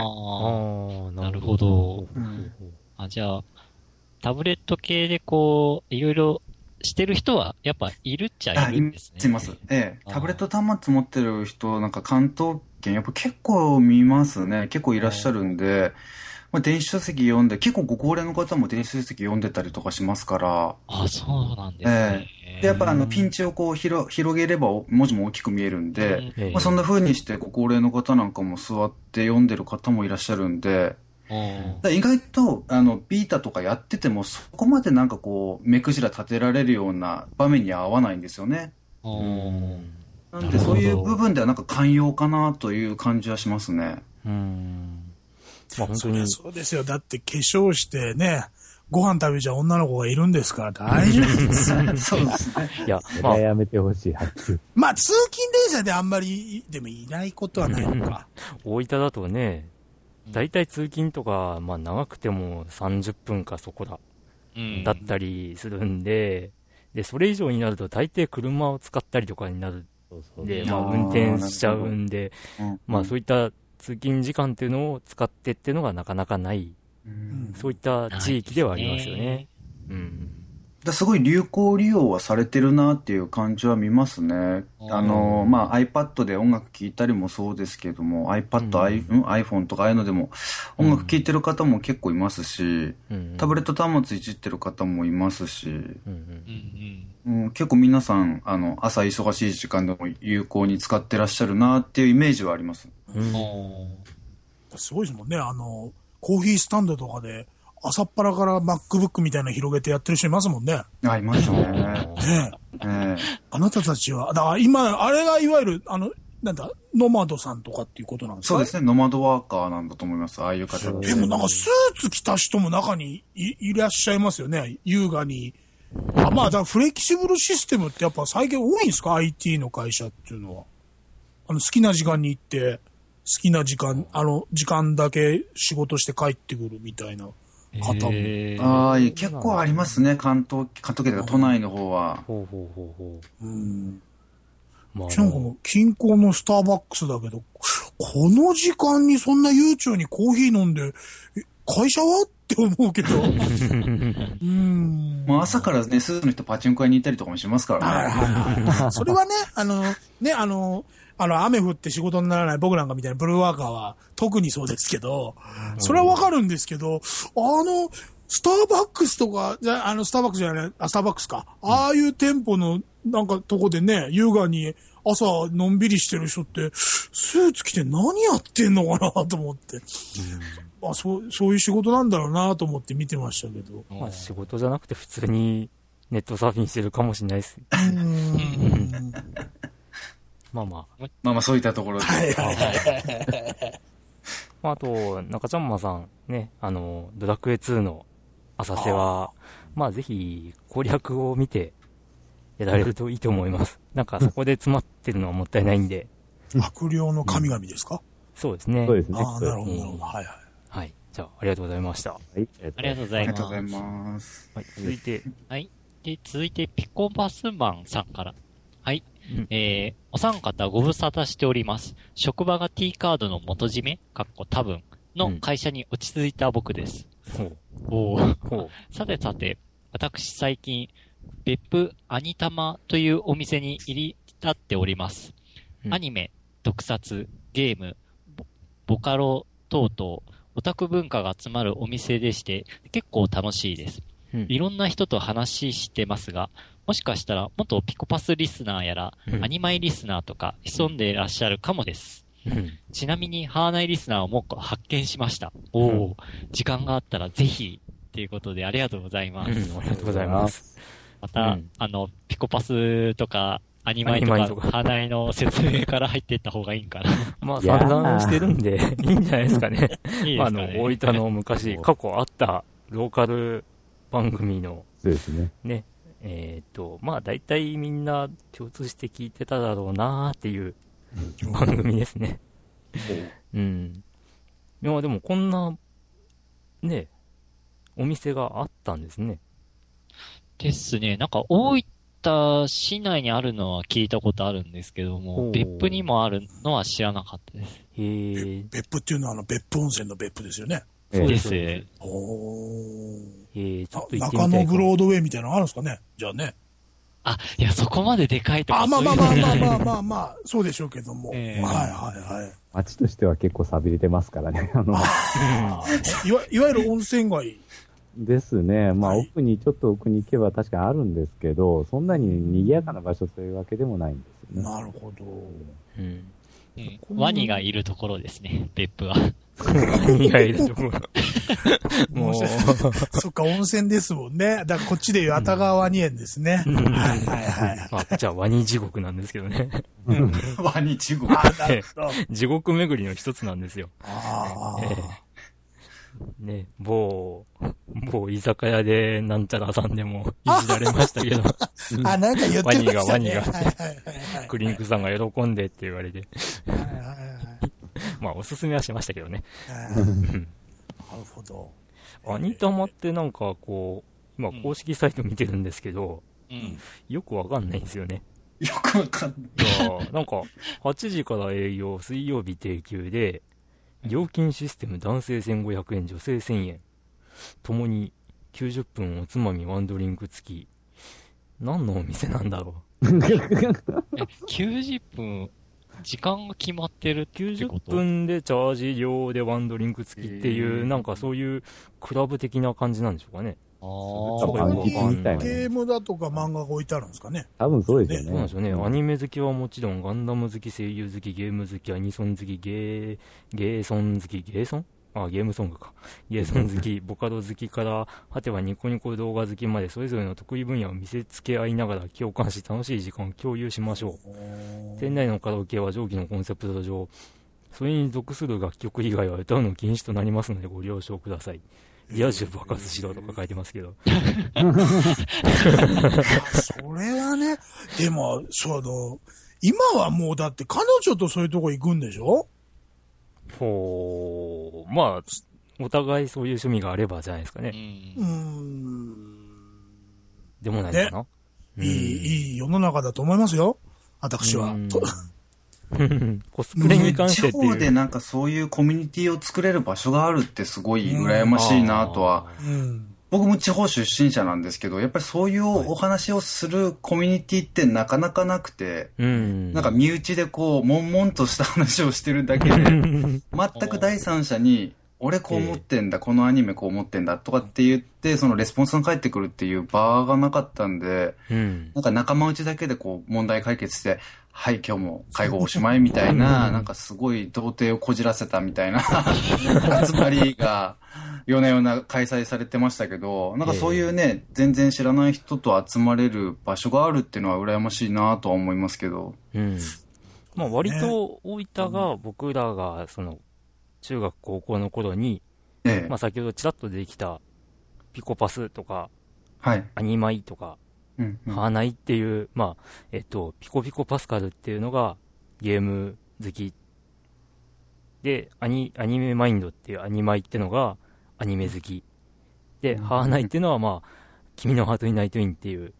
ーーななるほどうんあ、じゃあ、タブレット系でこう、いろいろしてる人は、やっぱいるっちゃあ、いるんですね。います。ええ。あータブレット端末持ってる人、なんか関東圏、やっぱ結構見ますね。結構いらっしゃるんで、まあ、電子書籍読んで、結構ご高齢の方も電子書籍読んでたりとかしますから、あ、そうなんですね。で、やっぱあうの、んピンチをこう、広、広げれば、お文字も大きく見えるんで、ええまあ、そんな風にしてご高齢の方なんかも座って読んでる方もいらっしゃるんで、うんだから意外と、あの、ビータとかやってても、そこまでなんかこう、目くじら立てられるような場面には合わないんですよね。うんなんで、そういう部分ではなんか寛容かなという感じはしますね。うんまあ本当そにりゃそうですよ。だって化粧してね、ご飯食べちゃう女の子がいるんですから大丈夫です。 そうですね。いやそれまあはやめてほしい発注。まあ通勤電車であんまり、でもいないことはないのか。大分だとね、大体通勤とか、まあ長くても30分かそこらうんだったりするんで、で、それ以上になると大抵車を使ったりとかになるそうそんうで、うんまああー運転しちゃうんで、まあそういういった通勤時間っていうのを使ってっていうのがなかなかない、うん。だかそういった地域ではありますよね。。うん。らすごい流行利用はされてるなっていう感じは見ますね。うんあの、まあ iPad で音楽聴いたりもそうですけども、iPad、うん i- うん iPhone とかああいうのでも音楽聴いてる方も結構いますし、うんタブレット端末いじってる方もいますし、うんう。うんんうん、結構皆さん、あの、朝忙しい時間でも有効に使ってらっしゃるなっていうイメージはあります。ううんん。おすごいですもんね。あの、コーヒースタンドとかで、朝っぱらから MacBook みたいなの広げてやってる人いますもんね。あ、いましたね。ねえ。えあなたたちは、だから今、あれがいわゆる、あの、なんだ、ノマドさんとかっていうことなんですかそうですね、ノマドワーカーなんだと思います、ああいう方って。でもなんかスーツ着た人も中にいいらっしゃいますよね。優雅に。あまあ、だからフレキシブルシステムってやっぱ最近多いんですか ?IT の会社っていうのは。あの、好きな時間に行って、好きな時間、あの、時間だけ仕事して帰ってくるみたいな方も。えーああ、いい結構ありますね、関東、関東圏というか都内の方は。ほうほうほうほうん。う。まあ、なんかあのもう近郊のスターバックスだけど、この時間にそんな悠長にコーヒー飲んで、え会社はって思うけど。うん。まあ、朝からね、スーツの人パチンコ屋に行ったりとかもしますからね。それはね、あの、ね、あの、あの、雨降って仕事にならない僕なんかみたいなブルーワーカーは特にそうですけど、それはわかるんですけど、あの、スターバックスとか、じゃあの、スターバックスじゃない、あ、スターバックスか。ああいう店舗の、なんかとこでね、優雅に朝のんびりしてる人って、スーツ着て何やってんのかなと思って。あ、そう、そういう仕事なんだろうなと思って見てましたけど。まあ仕事じゃなくて普通にネットサーフィンしてるかもしれないです。 うーん。まあ まあ。まあまあ、そういったところで。はいはいはい。まあ、あと、中ちゃんまさん、ね、あの、ドラクエ2の浅瀬は、まあ、ぜひ、攻略を見て、やられるといいと思います。なんか、そこで詰まってるのはもったいないんで、悪霊の神々ですか、そうですね。そうですね。ああ、なるほど、うんなるほど。はいはい。はい。じゃあ、ありがとうございました。はい。ありがとうごあざりいがとうございます。ます。はい。続いて、で、続いて、ピコバスマンさんから。はいうん。えー、お三方ご無沙汰しております。職場が T カードの元締め、かっこ多分、の会社に落ち着いた僕です。ほう、おーほう、さてさて、私最近、別府アニタマというお店に入り浸っております。うんアニメ、特撮、ゲーム、ボボカロ等々、オタク文化が集まるお店でして、結構楽しいです。うんいろんな人と話してますが、もしかしたら元ピコパスリスナーやら、うんアニマイリスナーとか潜んでいらっしゃるかもです。うんちなみに、ハーナイリスナーをもう発見しました。おうお、時間があったらぜひ、ということでありがとうございます。うんありがとうございます。また、うんあの、ピコパスとか、アニマイとアニマか、イとかハーナイの説明から入っていった方がいい んかな。まあ、いやー散々してるんで、いいんじゃないですかね。いいであすかのね。、大分の昔、過去あったローカル番組の、そうですね。えーっと、まあ、大体みんな共通して聞いてただろうなーっていう番組ですね。うん。いや、でもこんな、ね、お店があったんですね。ですね。なんか、大分市内にあるのは聞いたことあるんですけどおーも、別府にもあるのは知らなかったです。へー。別府っていうのはあの別府温泉の別府ですよね。えそうえですね。おーえー、ちょっと行ってみた中いか野ブロードウェイみたいなのあるんですかねじゃあね。あ、いや、そこまででかいとかあ、まあまあまあそういうのまはあないまあまあまあ、そうでしょうけども。はいええはいはい。街としては結構錆びれてますからね。あの、いわいわゆる温泉街。ですね。まあ、はい奥に、ちょっと奥に行けば確かにあるんですけど、そんなに賑やかな場所というわけでもないんですよね。なるほど。うん。 うんワニがいるところですね、別府は。何 がいいでしょう。もう面、白 そっか、温泉ですもんね。だからこっちでいう熱川ワニ園ですね。はいは いはい。まあ、じゃあワニ地獄なんですけどね。 ワニ地獄。あ、なるほど。地獄巡りの一つなんですよ。あええね、某、某居酒屋でなんちゃらさんでもいじられましたけど、あ。あ、なんか言ってましワたね。ニがワニがはいはいはいはいクリンクさんが喜んでって言われて、はいはいはいまあおすすめはしましたけどね。はいな るほど。アニタマってなんかこう、今公式サイト見てるんですけど、うん。よくわかんないんですよね。よくわかんない。いやー なんか、8時から営業、水曜日定休で、料金システム男性1500円、女性1000円。ともに90分おつまみワンドリンク付き。何のお店なんだろえ、90分、時間が決まってるっう。てこ90と分でチャージ料でワンドリンク付きっていう、へーなんかそういうクラブ的な感じなんでしょうかね。あそうあ多か分、アンティークみたいなね。ゲームだとか漫画が置いてあるんですかね。多分そうですそうなんよですよね。アね。ニメ好きはもちろん、ガンダム好き、声優好き、ゲーム好き、アニソン好き、ゲー、ゲーソン好き、ゲーソンあ、ゲームソングか。ゲーソン好 き、ボカロ好きから、果てはニコニコ動画好きまで、それぞれの得意分野を見せつけ合いながら共感し、楽しい時間を共有しましょう。店内のカラオケは上記のコンセプト上、それに属する楽曲以外は歌うの禁止となりますのでご了承ください。リア充爆発しろとか書いてますけど。それはね、でも、その、今はもうだって彼女とそういうとこ行くんでしょほう、まあ、お互いそういう趣味があればじゃないですかうね。んうーん。でもないのかな。いい、いい世の中だと思いますよ。私はう。んと コスプレに関してっ地て方いでう。なんかそういうコミュニティを作れる場所があるってすごい羨ましいなとは。うん。僕も地方出身者なんですけど、やっぱりそういうお話をするコミュニティってなかなかなくて、うん。なんか身内でこう、悶々とした話をしてるだけで、全く第三者に、俺こう思ってんだ、このアニメこう思ってんだとかって言って、そのレスポンスが返ってくるっていう場がなかったんで、うん。なんか仲間内だけでこう問題解決して、はい、今日も会合おしまいみたいな、なんかすごい童貞をこじらせたみたいな集まりが、夜な夜な開催されてましたけど、なんかそういうね、全然知らない人と集まれる場所があるっていうのは羨ましいなとは思いますけど。うん。まあ割と大分が僕らがその中学高校の頃に、ええまあ先ほどちらっとできたピコパスとかはい。アニマイとかうんうんハーナイっていう、まあ、えっと、ピコピコパスカルっていうのがゲーム好き。で、アニ、アニメマインドっていうアニマイってのがアニメ好き。で、ハーナイっていうのはまあ、君のハートにナイトインっていう、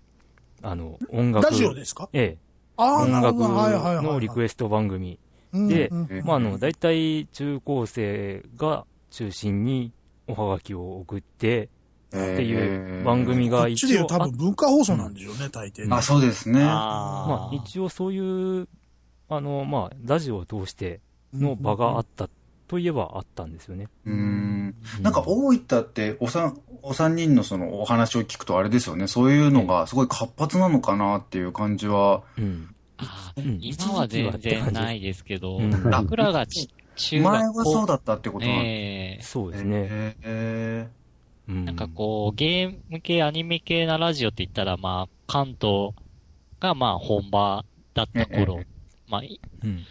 あの、音楽。ラジオですかええ、ああ、音なる楽ほど。はいはいはい。のリクエスト番組。でうんうんええまあ、あの、大体中高生が中心におはがきを送って、っていう番組こがっ一ちで言応う多あっ分文化放送なんでしょうね、大抵ね。あ、そうですね。まああ、ー一応そういう、あの、まあ、ラジオを通しての場があっった、といえばあったんですよね。うん。なんか大分っておさん、お三人のそのお話を聞くとあれですよね。そういうのがすごい活発なのかなっていう感じは。うん。あうんー今は全然ないですけど、うん僕らがち中前は学そ校、うだったってことなんでええそうですすね。ね。えうんなんかこう、ゲーム系、アニメ系なラジオって言ったら、まあ、関東がまあ本場だった頃。えまあ、いうん。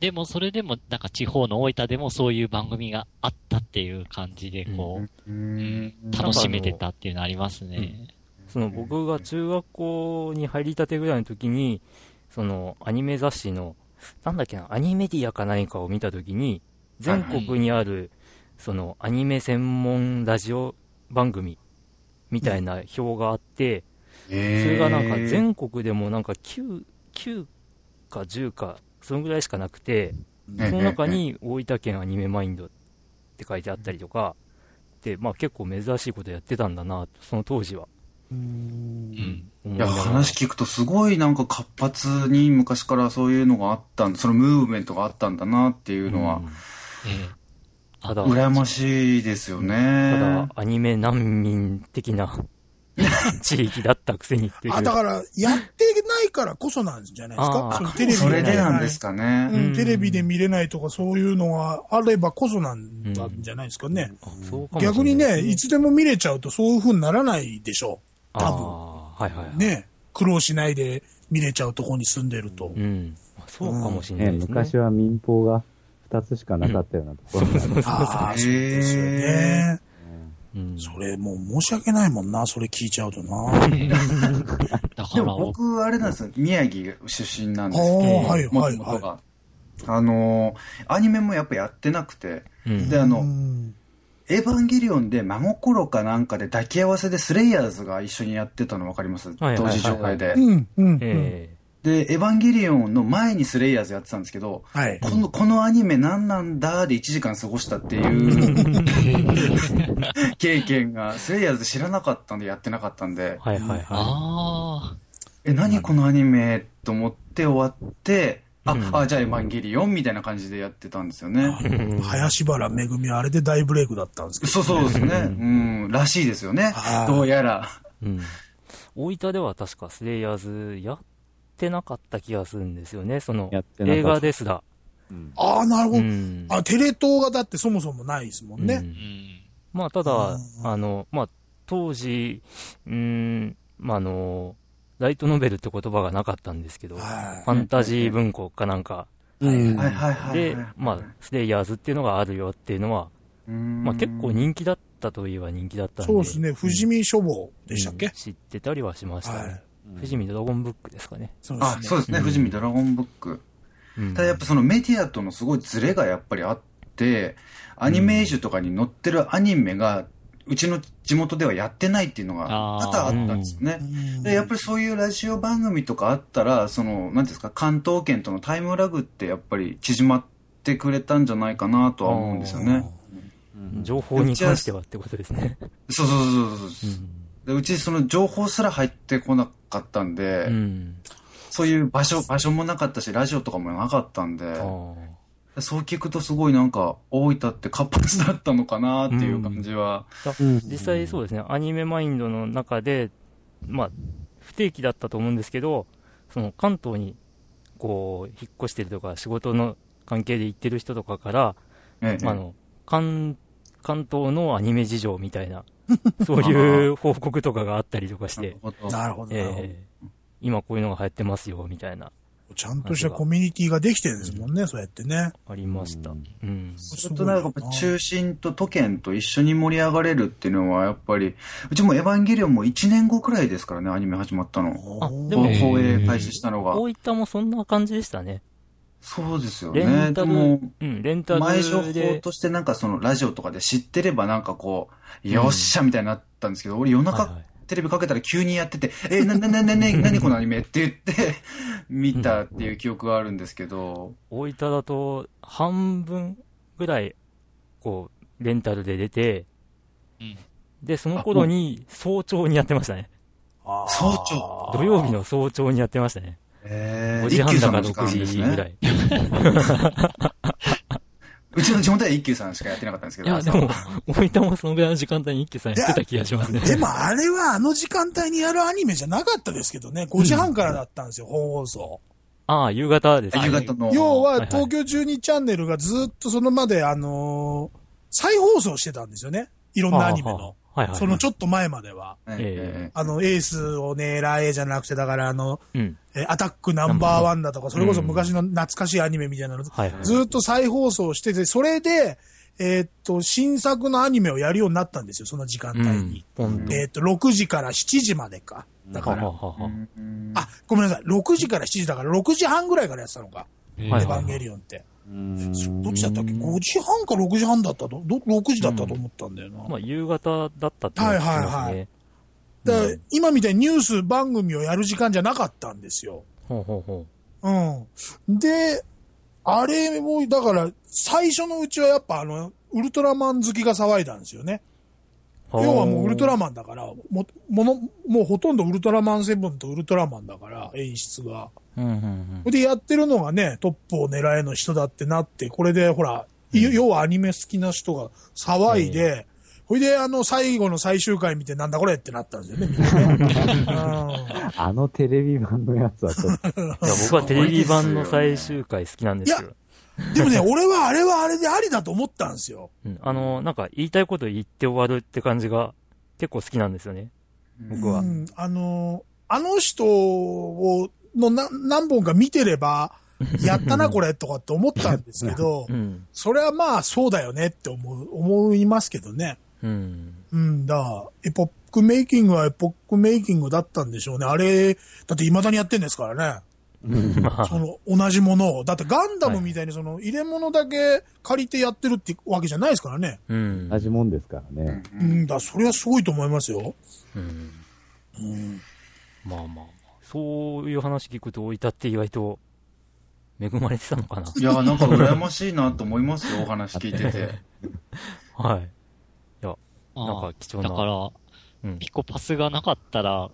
でもそれでも、なんか地方の大分でもそういう番組があったっていう感じで、こう、うーうんん楽しめてたっていうのありますね。その僕が中学校に入りたてぐらいの時に、そのアニメ雑誌の、なんだっけな、アニメディアか何かを見た時に、全国にある、そのアニメ専門ラジオ番組みたいな表があって、それがなんか全国でもなんか9、9か10か、そのぐらいしかなくて、ええその中に大分県アニメマインドって書いてあったりとか、で、まあ結構珍しいことやってたんだな、その当時はうん。思いいなや、がら。話聞くとすごいなんか活発に昔からそういうのがあったんそのムーブメントがあったんだなっていうのは、ええただ、羨ましいですよたねだ。、アニメ難民的な地域だったくせにっていう。あ、だから、やってないからこそなんじゃないですあーか。のテそれ見でれなんですかね。ううんん、テレビで見れないとかそういうのがあればこそなんだんじゃないですかね。あそうかもしれない逆にね、いつでも見れちゃうとそういう風にならないでしょ多分あーはいはいはう。い。。ね。苦労しないで見れちゃうとこに住んでると。うん。あそうかもしれなね、いですね。昔は民放が2つしかなかったようなところもあるああ、そうですよね。うんそれもう申し訳ないもんな、それ聞いちゃうとな。だかでらも僕、僕、あれなんですよ。宮城出身なんでああ、すけど、はいもはいともとはが。あのーアニメもやっぱやってなくて、うんで、あい。の、うんエヴァンゲリオンで真心かなんかで抱き合わせでスレイヤーズが一緒にやってたの分かります、はい同時上映で、うん、うん。うんえで、エヴァンゲリオンの前にスレイヤーズやってたんですけど、はい。このこのアニメ何なんだで1時間過ごし たっていう経験が、スレイヤーズ知らなかったんでやってなかったんでえ、はいはいはあえ、何このアニメと思って終わって、あ、うんあ、じゃあエヴァンゲリオンみたいな感じでやってたんですよね。林原めぐみはあれで大ブレイクだったんですけど。そうそうですね。うん、らしいですよねは。いどうやら。い。うん。大分では確かスレイヤーズやってなかった気がするんですよね。そのやってなかった映画ですら。ああ、なるほうど。ん。あ、テレ東がだってそもそもないですもんうね。あ、うんん。まあ、ただあ、あの、まあ、当時、うーん、まあ、あの、ライトノベルって言葉がなかったんですけど、フはァンタジー文庫かなんかい。うんはいはいはい。で、まあ、スレイヤーズっていうのがあるよっていうのは、ままあ、結構人気だったといえば人気だったんで。そうですね。富士見書房でしたっうんけ知ってたりはしましたはねい。。富士見ドラゴンブックですかね。そうあ、そうですね。富士見ドラゴンブック。うんただやっぱそのメディアとのすごいズレがやっぱりあって、アニメージュとかに載ってるアニメが、うちの地元ではやってないっていうのが多々あったんですよね。で、やっぱりそういうラジオ番組とかあったら、その、なんていうんですか、関東圏とのタイムラグってやっぱり縮まってくれたんじゃないかなとは思うんですよね。情報に関してはってことですね。そうそうそうそうそう、で。うちその情報すら入ってこなかったんで、うん。そういう場所、場所もなかったし、ラジオとかもなかったんであ、ーそう聞くとすごいなんか、大分って活発だったのかなっていう感じは。実際そうですね、アニメマインドの中で、まあ、不定期だったと思うんですけど、その関東にこう引っ越してるとか、仕事の関係で行ってる人とかから、ええまあ、あの関関東のアニメ事情みたいな、そういう報告とかがあったりとかし なるて、ほどなるほど、なるほどええ今こういうのが流行ってますよみたいな、ちゃんとしたコミュニティができてるんですもんね、そうやってね。ありました。うんちょっとなんか中心と都県と一緒に盛り上がれるっていうのはやっぱり、うちもエヴァンゲリオンも1年後くらいですからね、アニメ始まったの。あでも放映開始したのが。大分もそんな感じでしたね。そうですよね。レンでタル、も、うん、レンタルで。前情報としてなんかそのラジオとかで知ってればなんかこう、よっしゃみたいになったんですけど、俺夜はいは中いテレビかけたら急にやってて、え、な、な、な、な、な、何このアニメって言って、 見たっていう記憶があるんですけど、大分だと半分ぐらいこうレンタルで出て、うんで、その頃に早朝にやってましたね。あー早朝土曜日の早朝にやってましたね。え5ー、時一半休さだかんの時間6で時すぐらい。ね。うちの地元では一休さんしかやってなかったんですけいど。や、でも、大分もそのぐらいの時間帯に一気さんやってた気がしますね。でもあれはあの時間帯にやるアニメじゃなかったですけどね、5時半からだったんですよ、本放送。ああ、夕方です朝ね。夕方の。要は、は東京12チャンネルがずっとそのまで、あのー再放送してたんですよね。いろんなアニメの。ああ。はいはい。そのちょっと前までは。えあの、エースを狙えじゃなくて、だからあの、うん。えーアタックナンバーワンだとか、それこそ昔の懐かしいアニメみたいなの、はいはい。ずっと再放送してて、それで、えーっと、新作のアニメをやるようになったんですよ、その時間帯に。ポンと。えーっと、6時から7時までか。だはかはら。はえは。うんあ、ごめんなさい。6時から7時だから、6時半ぐらいからやってたのか。えはいエーヴァンゲリオンって。どっちだったっけ ?5 時半か6時半だったと、ど、6時だったと思ったんだよな。まあ、夕方だったってことはいですはいはね。だから今みたいにニュース番組をやる時間じゃなかったんですよ。ほうほうほうん。で、あれも、だから、最初のうちはやっぱあの、ウルトラマン好きが騒いだんですよね。う。要はもうウルトマラマンだから、も、もの、もうほとんどウルトラマンセブンとウルトラマンだから、演出が。ン。うんうんそれでやってるのがね、トップを狙えの人だってなって、これでほら、い要はアニメ好きな人が騒いで、ほいで、あの、最後の最終回見て、なんだこれってなったんですよね、みんなね。うんあのテレビ版のやつはちょっと、うん。いや、僕はテレビ版の最終回好きなんですいよ。でもね、俺はあれはあれでありだと思ったんですよ。うんあの、なんか言いたいこと言って終わるって感じが結構好きなんですよね。僕はう。ん、あの、あの人を、のな何本か見てれば、やったな、これ、とかって思ったんですけどう、ん。それはまあ、そうだよねって思う、思いますけどね。うん。うんだ。エポックメイキングはエポックメイキングだったんでしょうね。あれ、だって未だにやってんですからね。まあそ、の同じものを。だってガンダムみたいにその入れ物だけ借りてやってるってわけじゃないですからね。うん同。じもんですからね。うんだ。それはすごいと思いますよ。うんうん。まあまあまあ、そういう話聞くと、いたって意外と恵まれてたの かな。いや、なんか羨ましいなと思いますよ、お話聞いてて。はい。なんあかー貴重だかな。ら、うんピコパスがなかったら、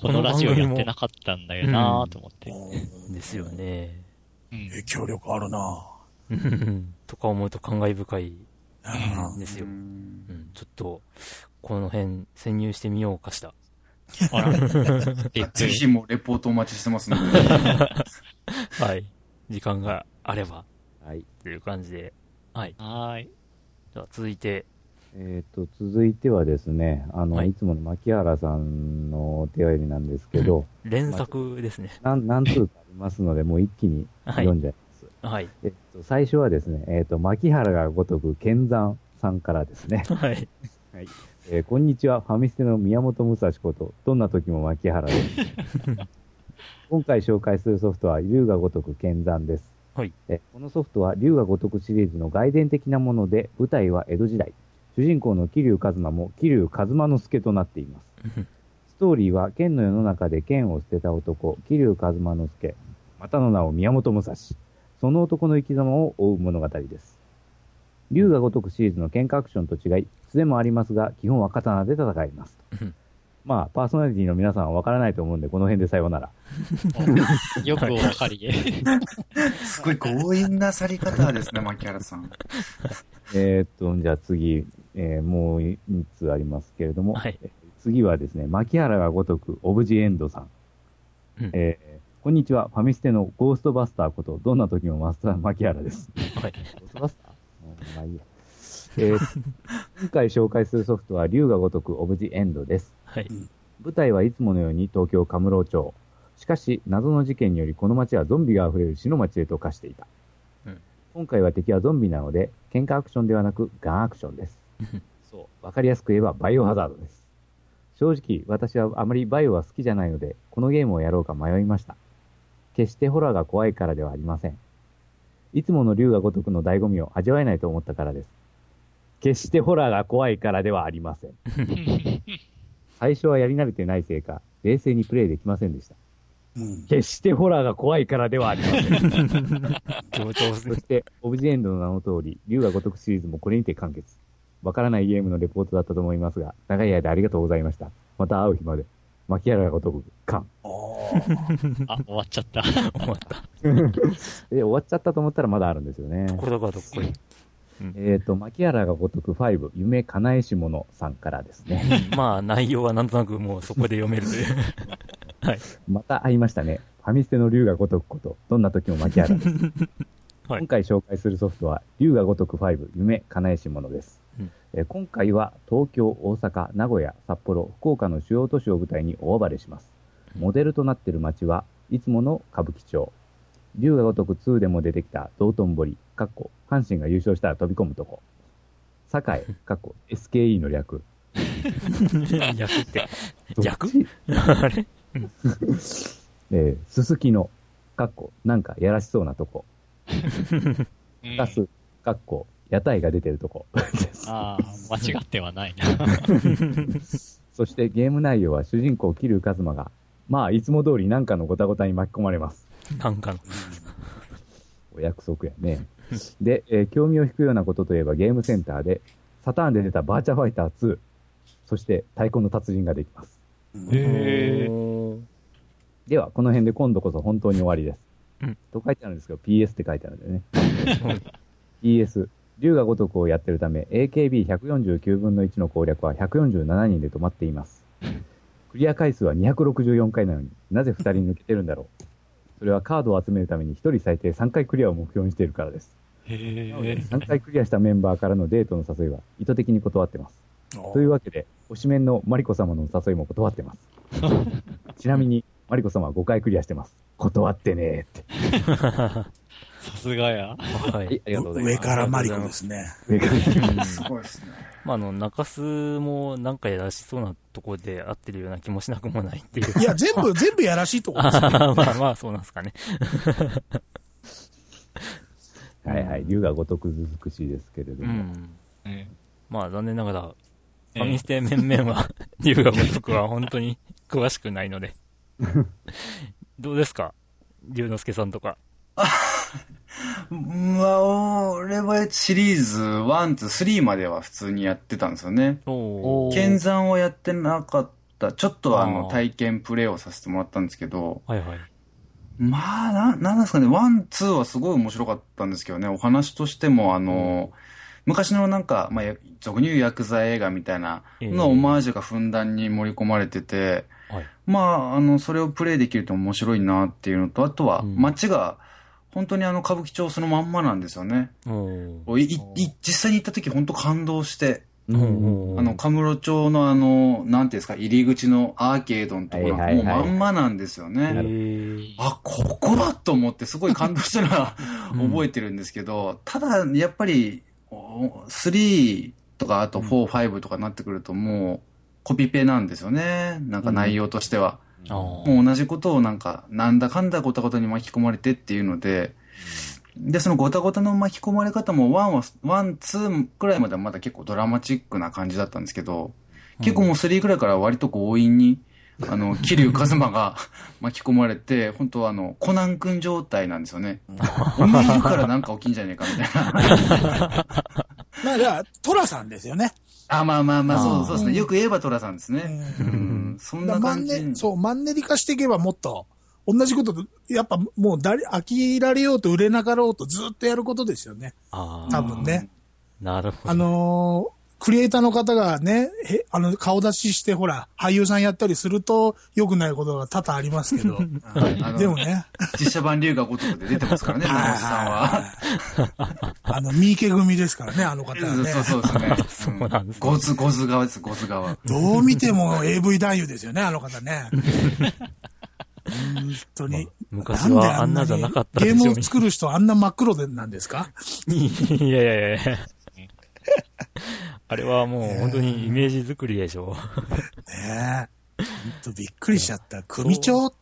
このラジオやってなかったんだよなーと思って。ですよね。うん影響力あるなとか思うと感慨深い ぁ。ですよう。んうん、ちょっと、この辺潜入してみようかした。あら。えっとぜひもうレポートお待ちしてますので。 はい。時間があれば、はい。という感じで。はい。はーい。じゃあ続いて、えっ、と、続いてはですね、あの、はいい、つもの牧原さんのお手入りなんですけど、連作ですね。なん、なん通かありますので、もう一気にはい読。んじゃいます。はい。えっ、と、最初はですね、えっ、と、牧原がごとく剣山さんからですね、はい。えーこんにちは、ファミステの宮本武蔵こと、どんな時も牧 原です。今回紹介するソフトは、龍が如く剣山です。はいえーこのソフトは、龍が如くシリーズの外伝的なもので、舞台は江戸時代。主人公の桐生一馬も桐生一馬之助となっています。 ストーリーは、剣の世の中で剣を捨てた男、桐生一馬之助、またの名を宮本武蔵。その男の生き様を追う物語です。竜が如くシリーズの喧嘩アクションと違い、素でもありますが、基本は刀で戦いますうとん。まあ、パーソナリティの皆さんはわからないと思うんで、この辺でさよう なら。よくお分かりで。すごい強引な去り方ですね、牧原さん。えーっと、じゃあ次、えーもう3つありますけれども、はい。次はですね、牧原が如く、オブジエンドさん。うんえーこんにちは、ファミステのゴーストバスターこと、どんな時もマスター牧原です。はい。ゴーストバスターうんまあいいや。えー 今回紹介するソフトは、龍が如くオブジエンドです。はい。舞台はいつものように東京・カムロ町。しかし、謎の事件によりこの町はゾンビが溢れる死の町へと化していた。うん今回は敵はゾンビなので、喧嘩アクションではなくガンアクションです。そう、わかりやすく言えばバイオハザードです。正直、私はあまりバイオは好きじゃないので、このゲームをやろうか迷いました。決してホラーが怖いからではありません。いつもの竜が如くの醍醐味を味わえないと思ったからです。決してホラーが怖いからではありません。最初はやり慣れてないせいか、冷静にプレイできませんでした。うん。決してホラーが怖いからではありません。 強調すそる。して、オブジェエンドの名の通り、竜が如くシリーズもこれにて完結。わからないゲームのレポートだったと思いますが、長い間ありがとうございました。また会う日まで。牧原がごとく、かん。あ、終わっちゃった。終わった。で、終わっちゃったと思ったらまだあるんですよね。これだからどっこい。えっ、と、牧原がごとく5、夢叶えし者さんからですね。 まあ、内容はなんとなくもうそこで読めるという。また会いましたね。ファミステの竜が如くこと、どんな時も巻き上がる。 はい今回紹介するソフトは、竜が如く5、夢、叶えし者です、うんえー今回は東京、大阪、名古屋、札幌、福岡の主要都市を舞台に大暴れします。モデルとなっている街はいつもの歌舞伎町。竜が如く2でも出てきた道頓堀、かっこ、阪神が優勝したら飛び込むとこ。堺、 かっこ、SKE の略。 略って。どっ略ちあれえー、すすきの、かっこ、なんかやらしそうなとこ、うんガス、かっこ、屋台が出てるとこ。 ああ、間違ってはないな。そしてゲーム内容は主人公、桐生一馬が、まあ、いつも通りなんかのごたごたに巻き込まれます。なんかの。お約束やね。で、えー興味を引くようなことといえばゲームセンターで、サターンで出たバーチャファイター2、そして太鼓の達人ができます。へでは、この辺で今度こそ本当に終わりです。うんと書いてあるんですけど、PS って書いてあるんでね。PS、竜が如くをやってるため、AKB149 分の1の攻略は147人で止まっています。クリア回数は264回なのになぜ2人抜けてるんだろう。それはカードを集めるために1人最低3回クリアを目標にしているからです。3回クリアしたメンバーからのデートの誘いは意図的に断ってます。というわけで、推しメンのマリコ様のお誘いも断ってます。ちなみに、マリコ様は5回クリアしてます。断ってねーって。さすがはや。はいい。、ありがとうございます上。からマリコですね。すごいですね。まあ、あの、中洲もなんかやらしそうなとこで合ってるような気もしなくもないっていう。いや、全部、全部やらしいとこですよ。あ まあまあ、そうなんですかね。はいはい、竜が如く美しいですけれどうも。ん。うんまあ、残念ながら、えファミステ面々 は、龍が如くは本当に 詳しくないので。 どうですか龍之介さんとか。まあ、俺はシリーズ1と3までは普通にやってたんですよね。おー。剣山をやってなかった。ちょっとああのー体験プレイをさせてもらったんですけど、はいはい。まあ、な、なんですかね、ワン、ツーはすごい面白かったんですけどね、お話としても、あの、昔のなんか、まあ、や俗に言うヤクザ映画みたいなええのオマージュがふんだんに盛り込まれてて、はいまあ、あの、それをプレイできると面白いなっていうのと、あとは、うん街が、本当にあの、歌舞伎町そのまんまなんですよね。おおいいい実際に行った時本当感動して、ー。おーあの、、カムロ町のあの、なんていうんですか、入り口のアーケードのところ、はいはいもうはいまんまなんですよね。えーあ、ここだと思ってすごい感動したのはうん覚えてるんですけど、ただやっぱりお3とかあと4、5とかなってくるともうコピペなんですよね。なんか内容としては。あーもう同じことをなんかなんだかんだごたごたに巻き込まれてっていうので、で、そのごたごたの巻き込まれ方も1は、1、2くらいまではまだ結構ドラマチックな感じだったんですけど、結構もう3くらいから割と強引に、あの、桐生一馬が 巻き込まれて、本当はあの、コナン君状態なんですよね。お前いるからなんか起きんじゃねえかみたいな。 まあ、だ から、トラさんですよね。あ、まあまあまあ、あそーうそうですね。よく言えば寅さんですね。うんうん、そんだなマ感ンじ。ネ、そう、マンネリ化していけばもっと、同じこと、やっぱもう誰、飽きられようと売れなかろうとずっとやることですよね。あ多ー分ね。なるほど。あのークリエイターの方がね、へあの、顔出しして、ほら、俳優さんやったりすると、良くないことが多々あります けど。はいあのでもね、実写版龍が如くで出てます からね、はい名越さんは。あの、三池組ですからね、あの方はねそ。うそうですね。そうなんですねゴズ、ゴズ側です、ゴズ側。どう見ても AV 男優ですよね、あの方ね。本当に。昔はあんなじゃなかったでゲしーょムを作る人あんな真っ黒でなんですか いやいやいや。あれはもう本当にイメージ作りでしょ。ねえ。ほんとびっくりしちゃった。組長って、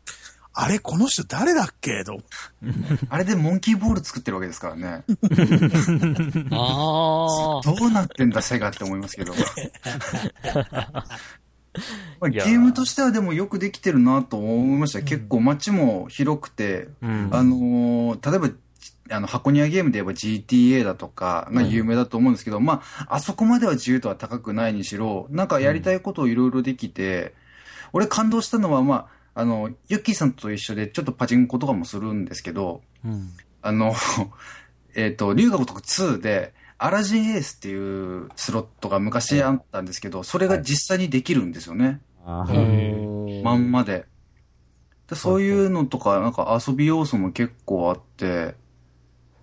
あれ、この人誰だっけと。あれでモンキーボール作ってるわけですからね。ああ。どうなってんだ、セガって思いますけど。まあいゲやームとしてはでもよくできてるなと思いました。結構街も広くて、うんあのー例えば、あの、箱庭ゲームで言えば GTA だとかが有名だと思うんですけど、まあ、あそこまでは自由度は高くないにしろ、なんかやりたいことをいろいろできて、俺感動したのは、まあ、あの、ユッキーさんと一緒でちょっとパチンコとかもするんですけど、うん。あの、 えっ、と、龍が如く2で、アラジンエースっていうスロットが昔あったんですけど、それが実際にできるんですよね。あうーんまんまで。でそういうのとか、なんか遊び要素も結構あって、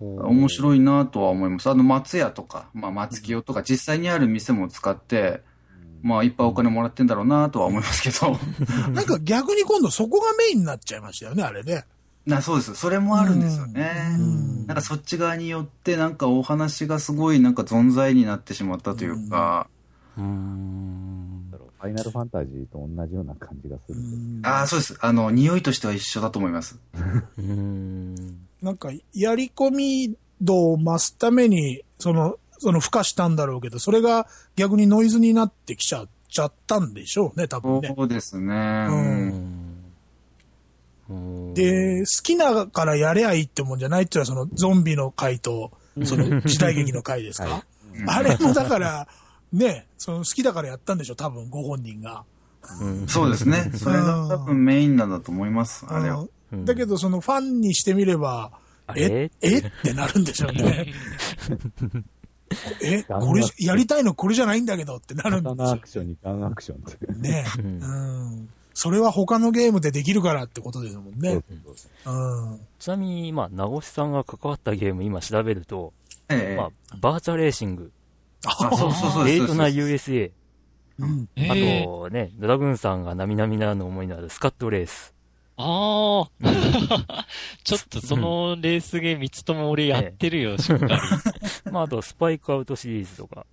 面白いなとは思います。あの、松屋とか、まあ、松清とか、実際にある店も使って、まあ、いっぱいお金もらってんだろうなとは思いますけど。なんか逆に今度そこがメインになっちゃいましたよね、あれね。な、そうです。それもあるんですよね。うんなんかそっち側によって、なんかお話がすごい、なんか存在になってしまったというか、うん。ファイナルファンタジーと同じような感じがする。ああ、そうです。あの、匂いとしては一緒だと思います。うん。なんか、やり込み度を増すために、その、その、付加したんだろうけど、それが逆にノイズになってきちゃちゃったんでしょうね、多分ね。そうですね。うんで、好きなからやれゃいいってもんじゃないっていうのは、その、ゾンビの回と、その、時代劇の回ですか。あれもだから、ね、その、好きだからやったんでしょ、多分、ご本人が。そうですね。それが多分メインなんだと思います。あれは。うんだけど、その、ファンにしてみれば、あえれ、えってなるんでしょ うね。え、ガンこれアク、ションやりたいのこれじゃないんだけどってなるんで刀しアょクションにガンアクションっていうう。ね。ううんん。それは他のゲームでできるからってことですもんね。うん。ちなみに今、名越さんが関わったゲーム今調べると、ええ。まあ、バーチャレーシング、あ、そうそうそうデです。ーそトうなです USA、うあん。えー、とね、ドラグーンさんが並々ならぬ思いのあるスカットレース。ああ。ちょっとそのレースゲーム3つとも俺やってるよ、しっかり。まあ、あと、スパイクアウトシリーズとか、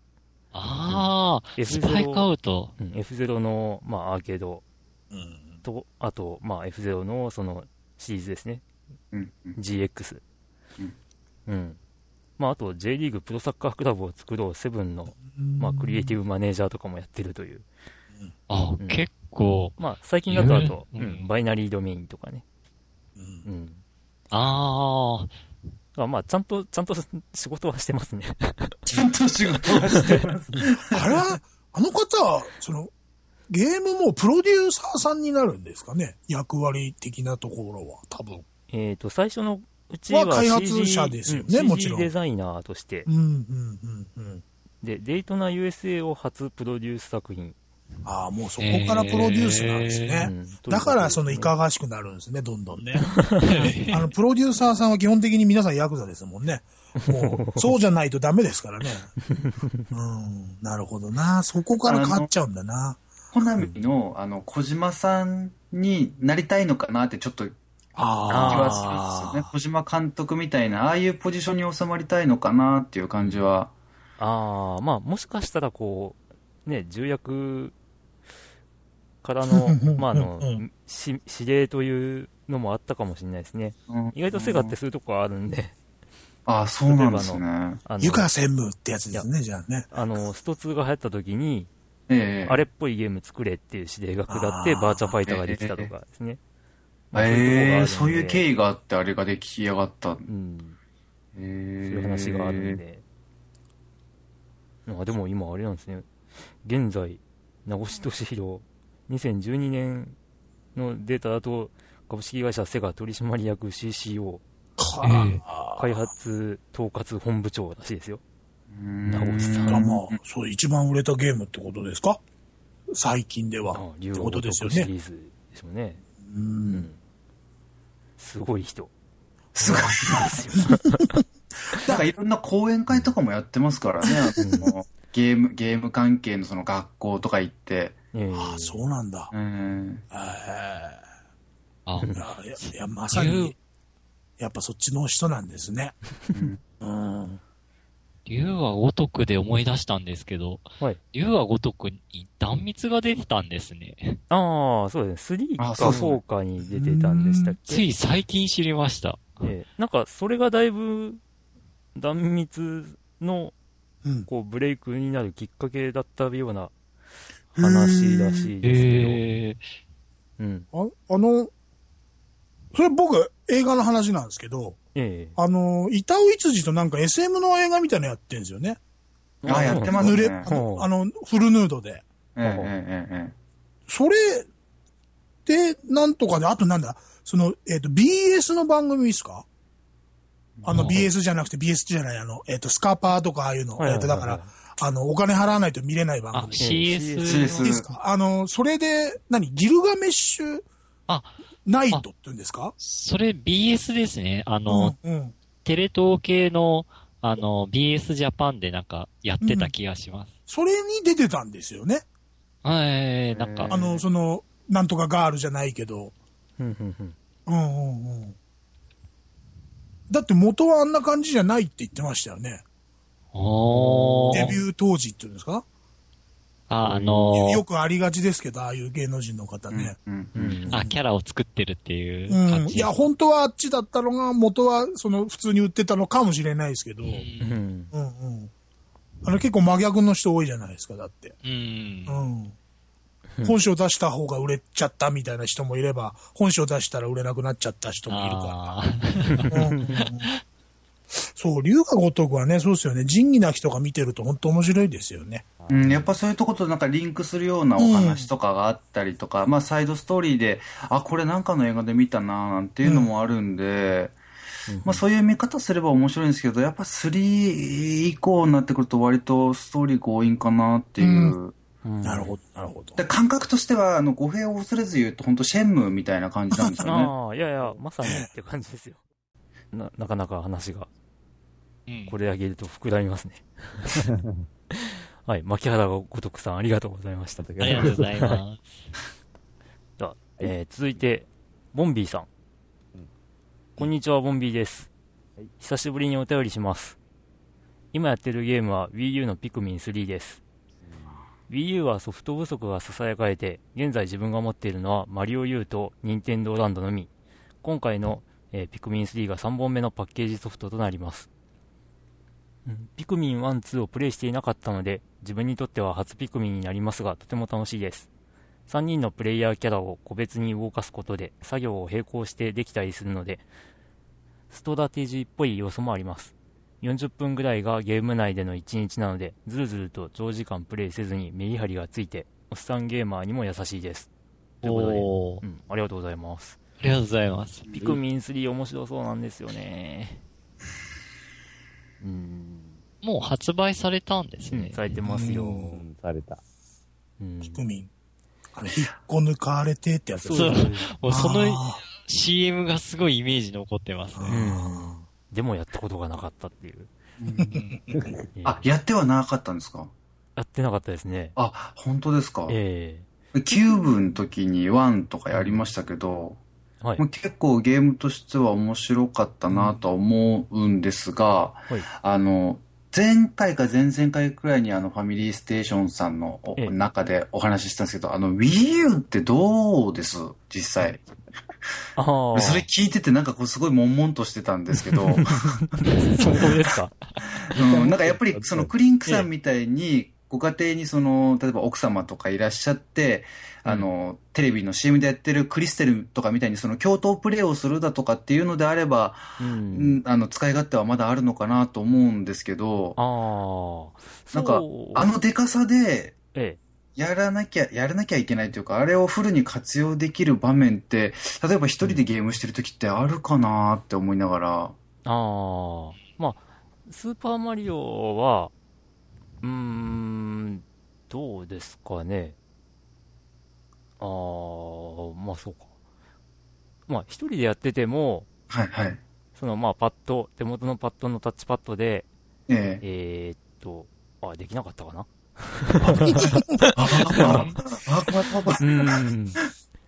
ああ、 F0 スパイクアウト。うん F0 の、まあ、アーケードうんと、あと、まあ、F0 のそのシリーズですね。うんうん。 GX うん。うん。まあ、あと、J リーグプロサッカークラブを作ろうセブンの、まあ、クリエイティブマネージャーとかもやってるという。あうんあ、結構。まあ、最近だとあと、うんうんバイナリードメインとかね。うんうん。だああ、からまあ、ちゃんと、ちゃんと仕事はしてますね。 ちゃんと仕事はして ます。あれは、あの方は、その、ゲームもプロデューサーさんになるんですかね役割的なところは、多分。えっと、最初のうちはまあ開 CG、発者ですよねうもちろ CG んデザイナーとしてう。ん、うん、うん、うん。で、デイトナ USA を初プロデュース作品。ああ、もうそこからプロデュースなんですね。うんだから、その、いかがわしくなるんですね、どんどんね。あの、プロデューサーさんは基本的に皆さんヤクザですもんね。もう、そうじゃないとダメですからね。うん、なるほどな。そこから変わっちゃうんだな。コナミの、あの、小島さんになりたいのかなってちょっと気ああ。、はするんですよね。小島監督みたいな、ああいうポジションに収まりたいのかなっていう感じは。ああ、まあ、もしかしたら、こう、ね、重役からの まあ、あのうん、し指令というのもあったかもしれないですね。うん意外とセガってそういうとこあるんで、ああ、そうなんですね。あゆの、か専務ってやつですね、じゃあね。あのスト2が流行った時に、ええ。あれっぽいゲーム作れっていう指令が下って、あーバーチャファイターができたとかですね。まあええ、そういう緯。経緯があって、あれが出来上がった。えうん。え。そうそういいう話があるん。で。あでも今あれなんですね。現在、名越俊弘、2012年のデータだと、株式会社セガ取締役 CCO、は開発統括本部長らしいですよ。名名越さあ。ん。まあ、そう、一番売れたゲームってことですか最近では。って竜こ王ととですよシね。リーズでしょうね。う。うんん。すごい人。すごいですよ。なんかいろんな講演会とかもやってますからね。あのゲーム、ゲーム関係のその学校とか行って。ええああ、そうなんだ。うんええ。あいやいや、いやまさに、やっぱそっちの人なんですね。うん。竜は如くで思い出したんですけど、はい竜は如くに断蜜が出てたんですね。ああ、そうですね。3あかそうですね4かに出てたんでしたっつけい最近知りました。ええなんか、それがだいぶ、断密の、うんこう、ブレイクになるきっかけだったような話らしいですけど、えうん。ああの、それ僕、映画の話なんですけど、ええあの、板尾一次となんか SM の映画みたいなのやってんですよね。え。あ、やってます濡れ、ね。あうのんあの、フルヌードで。えええええそれで、なんとかで、あとなんだ、その、えっ、と、BS の番組ですかあうの、ん BS じゃなくて、BS じゃない、あの、えっ、と、スカパーとかああいうの、はいはいはえっ、いと、だから、あの、お金払わないと見れない番あ、組。 CS の。い CS いですかあの、それで、何ギルガメッシュあナイトって言うんですかそれ BS ですね。あうの、ん、うん。テレ東系の、あの、BS ジャパンでなんかやってた気がします。それに出てたんですよね。ええなんうかんあ、の、その、なんとかガールじゃないけど。うんうんうんうんうんうん。だって元はあんな感じじゃないって言ってましたよね。おデビー。ュー当時っていうんですかあ、あのよくありがちですけど、ああいう芸能人の方えね。うんううんんあ、キャラを作ってるっていううん。感じ。いや、本当はあっちだったのが、元は、その、普通に売ってたのかもしれないですけど。う。うんうんんうんあの、結構真逆の人多いじゃないですか、だって。うんう。ん。本誌を出した方が売れちゃったみたいな人もいれば、本誌を出したら売れなくなっちゃった人もいるから。あーうんそう、龍が如くはね、そうですよね。仁義なきとか見てると本当面白いですよね。うん、やっぱそういうとことなんかリンクするようなお話とかがあったりとか、まあサイドストーリーで、あ、これなんかの映画で見たなーなんていうのもあるんで、まあそういう見方すれば面白いんですけど、やっぱ3以降になってくると割とストーリー強引かなっていう。うんなるほど、なるほど。で感覚としては、あの、語弊を恐れず言うと、本当シェンムーみたいな感じなんですよね。ああ、いやいや、まさにって感じですよ。な、なかなか話が、うんこれだけ言うと膨らみますね。はい、牧原ごとくさん、ありがとうございました。ありがとうございます。じゃあえー続いて、ボンビーさんうん。こんにちは、ボンビーですはい。久しぶりにお便りします。今やってるゲームは Wii U のピクミン3です。Wii U はソフト不足が囁かれて、現在自分が持っているのはマリオ U と任天堂ランドのみ。今回の、えーピクミン3が3本目のパッケージソフトとなります。うんピクミン1、2をプレイしていなかったので、自分にとっては初ピクミンになりますが、とても楽しいです。3人のプレイヤーキャラを個別に動かすことで作業を並行してできたりするのでストラテジーっぽい要素もあります40分ぐらいがゲーム内での1日なのでずるずると長時間プレイせずにメリハリがついておっさんゲーマーにも優しいですということで、おー。うん、ありがとうございますありがとうございます。ピクミン3面白そうなんですよねうん、もう発売されたんですうんね。されてますよ、うんされた。うん、ピクミン。あれ、引っこ抜かれてってやつですそうね。もうそのあ CM がすごいイメージ残ってますね。うんでもやったことがなかったっていう、えーあ、やってはなかったんですかやってなかったですね。あ、本当ですか、えキューブの時に1とかやりましたけど、えはいまあ、。結構ゲームとしては面白かったなとは思うんですが、はいあの、前回か前々回くらいにあのファミリーステーションさんのおええ中でお話ししたんですけど、あの Wii U ってどうです実際。ああ。それ聞いててなんかこうすごい悶々としてたんですけど、そうです か。うん、なんかやっぱりそのクリンクさんみたいに、ご家庭にその、例えば奥様とかいらっしゃって、あの、テレビの CM でやってるクリステルとかみたいにその共闘プレイをするだとかっていうのであれば、う。うんん、あの、使い勝手はまだあるのかなと思うんですけど、ああ。なんかそうあのデカさで、えやらなきゃ、やらなきゃいけないというか、あれをフルに活用できる場面って、例えば一人でゲームしてる時ってあるかなって思いながら、え。ああ。まあ、スーパーマリオは、うーん、どうですかね。ああ、まあそうか。まあ一人でやってても、はいはい。そのまあパッド、手元のパッドのタッチパッドで、ええ。えーっと、あ、できなかったかなあ、あ、あ、怖い怖い怖い。うん。ー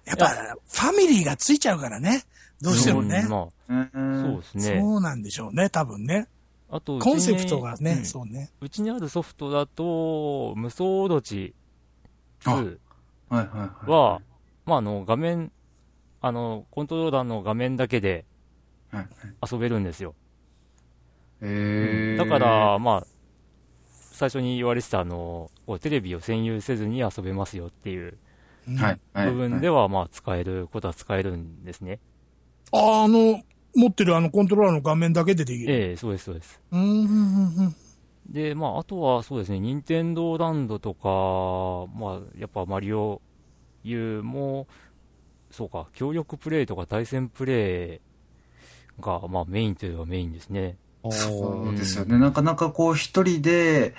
やっぱ、ファミリーがついちゃうからね。 どうしてもねん。まうんあ、そうですね。そうなんでしょうね、多分ね。あと、うちにコンセプトがね、うんそうね。うちにあるソフトだと、無双オロチあ2はいはいは、まあ、あの、画面、あの、コントローラーの画面だけでい。はい。遊べるんですよ。ええ。だから、まあ、最初に言われてた、あの、こうテレビを占有せずに遊べますよっていううんはい、はい。部分ではは、まあ、使えることは使えるんですね。ああの、持ってるあのコントローラーの画面だけでできる。ええ、そうです、そうです。うんうんうんうん。で、まあ、あとはそうですね、任天堂ランドとか、まあ、やっぱマリオ U も、そうか、協力プレイとか対戦プレイが、まあ、メインといえばメインですね。おーそうですよね。なかなかこう一人で、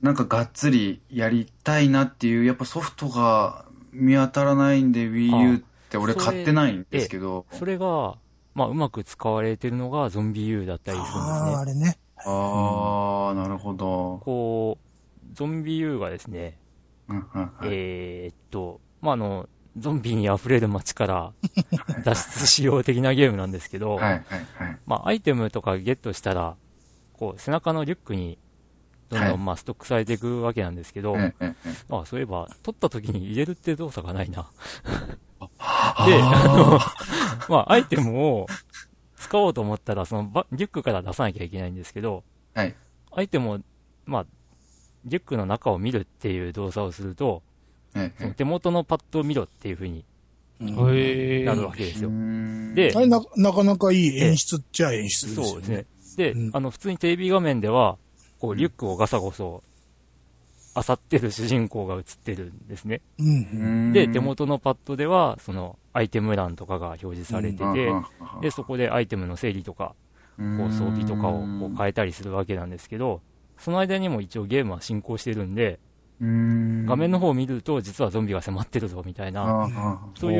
なんかがっつりやりたいなっていう、やっぱソフトが見当たらないんで Wii U って俺それ買ってないんですけど。それが、まあ、うまく使われてるのがゾンビ U だったりするんですああ、ね。あれね。ああ、なるほど。こう、ゾンビ U がですね、うんうんうんえーっと、まあ、あの、ゾンビに溢れる街から脱出しよう的なゲームなんですけど、 はいはいはい。まあ、アイテムとかゲットしたら、こう、背中のリュックに、どんどん、はいまあ、ストックされていくわけなんですけど、ええええあそういえば、取った時に入れるって動作がないな。で、あ まあ、アイテムを使おうと思ったら、そのバ、リュックから出さなきゃいけないんですけど、ーはい。アイテムを、まあ、リュックの中を見るっていう動作をすると、えそのえ手元のパッドを見ろっていう風にへなるわけですよ。でであれな、なかなかいい演出っちゃ演出ですよね。そうですね。で、うんあの、普通にテレビ画面では、こう、リュックをガサゴソ、漁ってる主人公が映ってるんですね。うんうん。で、手元のパッドでは、その、アイテム欄とかが表示されてて、で、そこでアイテムの整理とか、こう、装備とかをこう変えたりするわけなんですけど、その間にも一応ゲームは進行してるんで、画画面の方を見ると、実はゾンビが迫ってるぞ、みたいな、そうい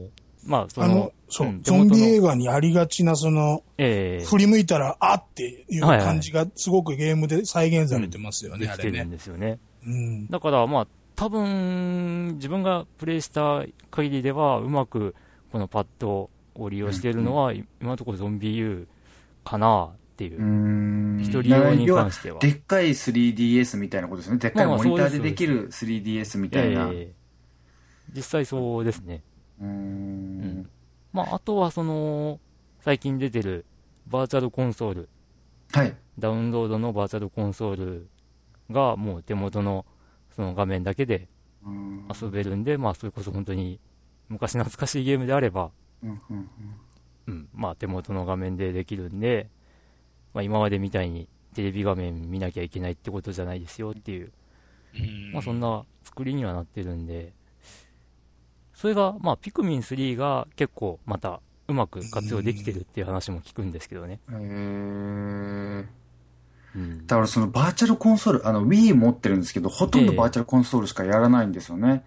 う、う。まあ、そあのの、、そう、うん手ゾ元ンのビ映画にありがちな、その、ええ振り向いたら、あっていうはいはい感じがすごくゲームで再現されてますよね、であきてれるんね。ですよね。うん。だからまあ、多分、自分がプレイした限りでは、うまくこのパッドを利用しているのは、今のところゾンビ U かなっていうう、ん。一、人用に要は関しては。でっかい 3DS みたいなことですね。でっかいまあまあモニターそでうですできる 3DS みたいな。うえー実際そうですね。ーん。まあ、あとはその、最近出てるバーチャルコンソール、はい。ダウンロードのバーチャルコンソールが、もう手元のその画面だけでうん遊べるんで、まあ、それこそ本当に昔懐かしいゲームであれば、うんうんうん、まあ手元の画面でできるんで、まあ今までみたいにテレビ画面見なきゃいけないってことじゃないですよっていう、まあそんな作りにはなってるんで、それが、まあピクミン3が結構またうまく活用できてるっていう話も聞くんですけどね。うんへーうん。だからそのバーチャルコンソール、あの Wii 持ってるんですけど、ほとんどバーチャルコンソールしかやらないんですよね。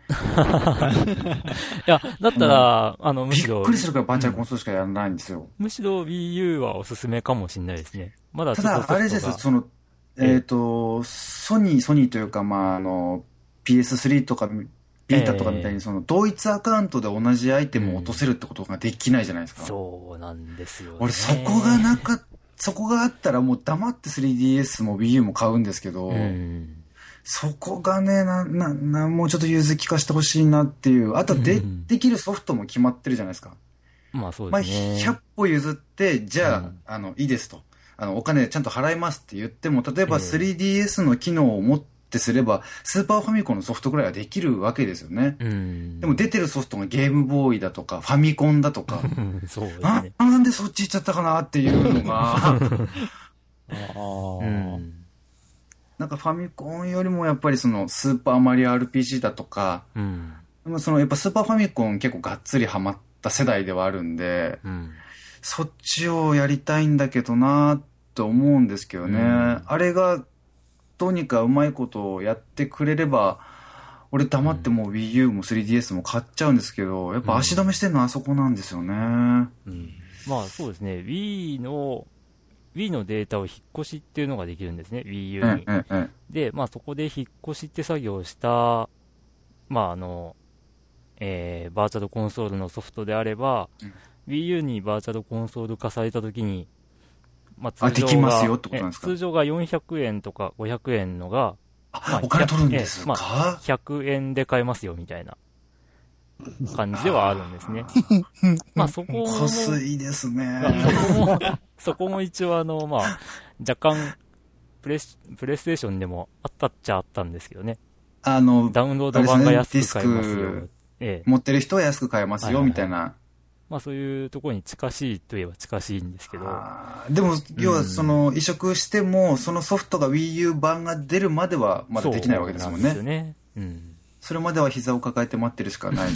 いや、だったら、あの、むびしっろく、りするからバーチャルコンソールしかやらないんですよ。むしろ Wii U はおすすめかもしれないですね。まだちたょっとソフだ、トあがれですよ、その、えええっ、と、ソニー、ソニーというか、まあ、あの、PS3 とか、ビータとかみたえいえに、その、同一アカウントで同じアイテムを落とせるってことができないじゃないですか。そうなんですよ、ね。俺、そこがなんか、そこがあったらもう黙って 3DS も Wii U も買うんですけど、うん。そこがね、な、な、な、もうちょっと融通きかしてほしいなっていう。あとで、うんできるソフトも決まってるじゃないですか。まあそうまあ、ですね。 100歩譲って、じゃあ、うんあの、いいですと。あの、お金ちゃんと払いますって言っても、例えばええ 3DS の機能を持ってすれば、スーパーファミコンのソフトくらいはできるわけですよね。うん。でも出てるソフトがゲームボーイだとか、ファミコンだとか、うん、 そうですあね。、なんでそっち行っちゃったかなってい うのが、うん。なんかファミコンよりもやっぱりそのスーパーマリオ RPG だとか、うん。でもそのやっぱスーパーファミコン結構がっつりハマった世代ではあるんで、うん。そっちをやりたいんだけどなと思うんですけどね。うんあれがどうにかうまいことをやってくれれば、俺黙ってもう Wii U も 3DS も買っちゃうんですけど、やっぱ足止めしてるのはあそこなんですよね。うん。まあそうですね、Wii の、Wii のデータを引っ越しっていうのができるんですね、Wii え U えに。ええで、まあそこで引っ越しって作業をした、まああの、えー、バーチャルコンソールのソフトであれば、うん Wii U にバーチャルコンソール化されたときに、まああ通常ができますよってことなんですかえ通常が400円とか500円のが、まああ、お金取るんですええまか、 100円で買えますよみたいな感じではあるんですね。まあそこ も、こすいですね。そこも、そこも一応あの、まあ、若干、プレス、プレイステーションでもあったっちゃあったんですけどね。あの、ダウンロード版があれ安ですくすね買えますディスよク。ええ。持ってる人は安く買えますはよ、いはいはいみたいな。まあそういうところに近しいといえば近しいんですけど、あーでも、要はその移植しても、そのソフトが Wii U 版が出るまではまだできないわけですもんね。そうなそですよね。うん。れまでは膝を抱えて待ってるしか ない。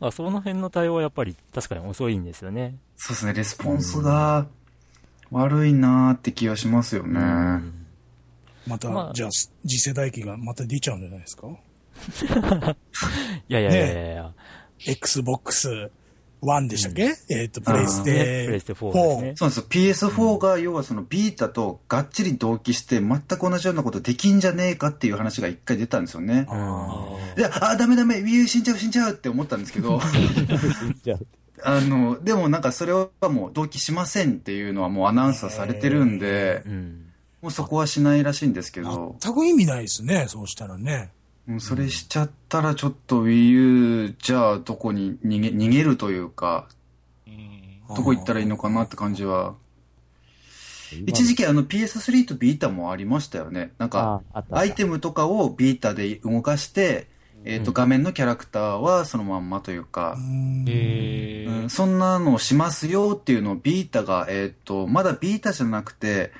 あその辺の対応はやっぱり確かに遅いんですよね。そうですね、レスポンスが悪いなーって気がしますよね。うんまた、まあじゃあ、す次世代機がまた出ちゃうんじゃないですかいやいやいやいやいや、 ?Xbox One でしたっけ、えっ、と、プレイスねプレイテステ4ですね。そうなんですよ。PS4 が要はそのビータとがっちり同期して全く同じようなことできんじゃねえかっていう話が一回出たんですよね。いや、あー、ダメダメ、Wii U 死んじゃう死んじゃうって思ったんですけど、じゃああの、でもなんかそれはもう同期しませんっていうのはもうアナウンスはされてるんで、うん。もうそこはしないらしいんですけど、全く意味ないですね、そうしたらね。うんそれしちゃったらちょっと Wii U じゃあどこに逃げ逃げるというか、うん。どこ行ったらいいのかなって感じは。一時期あの PS3 とビータもありましたよね。なんか、ああったアイテムとかをビータで動かして、えっ、と、画面のキャラクターはそのまんまというかう、んえうんそんなのをしますよっていうのをビータが、えっ、と、まだビータじゃなくて、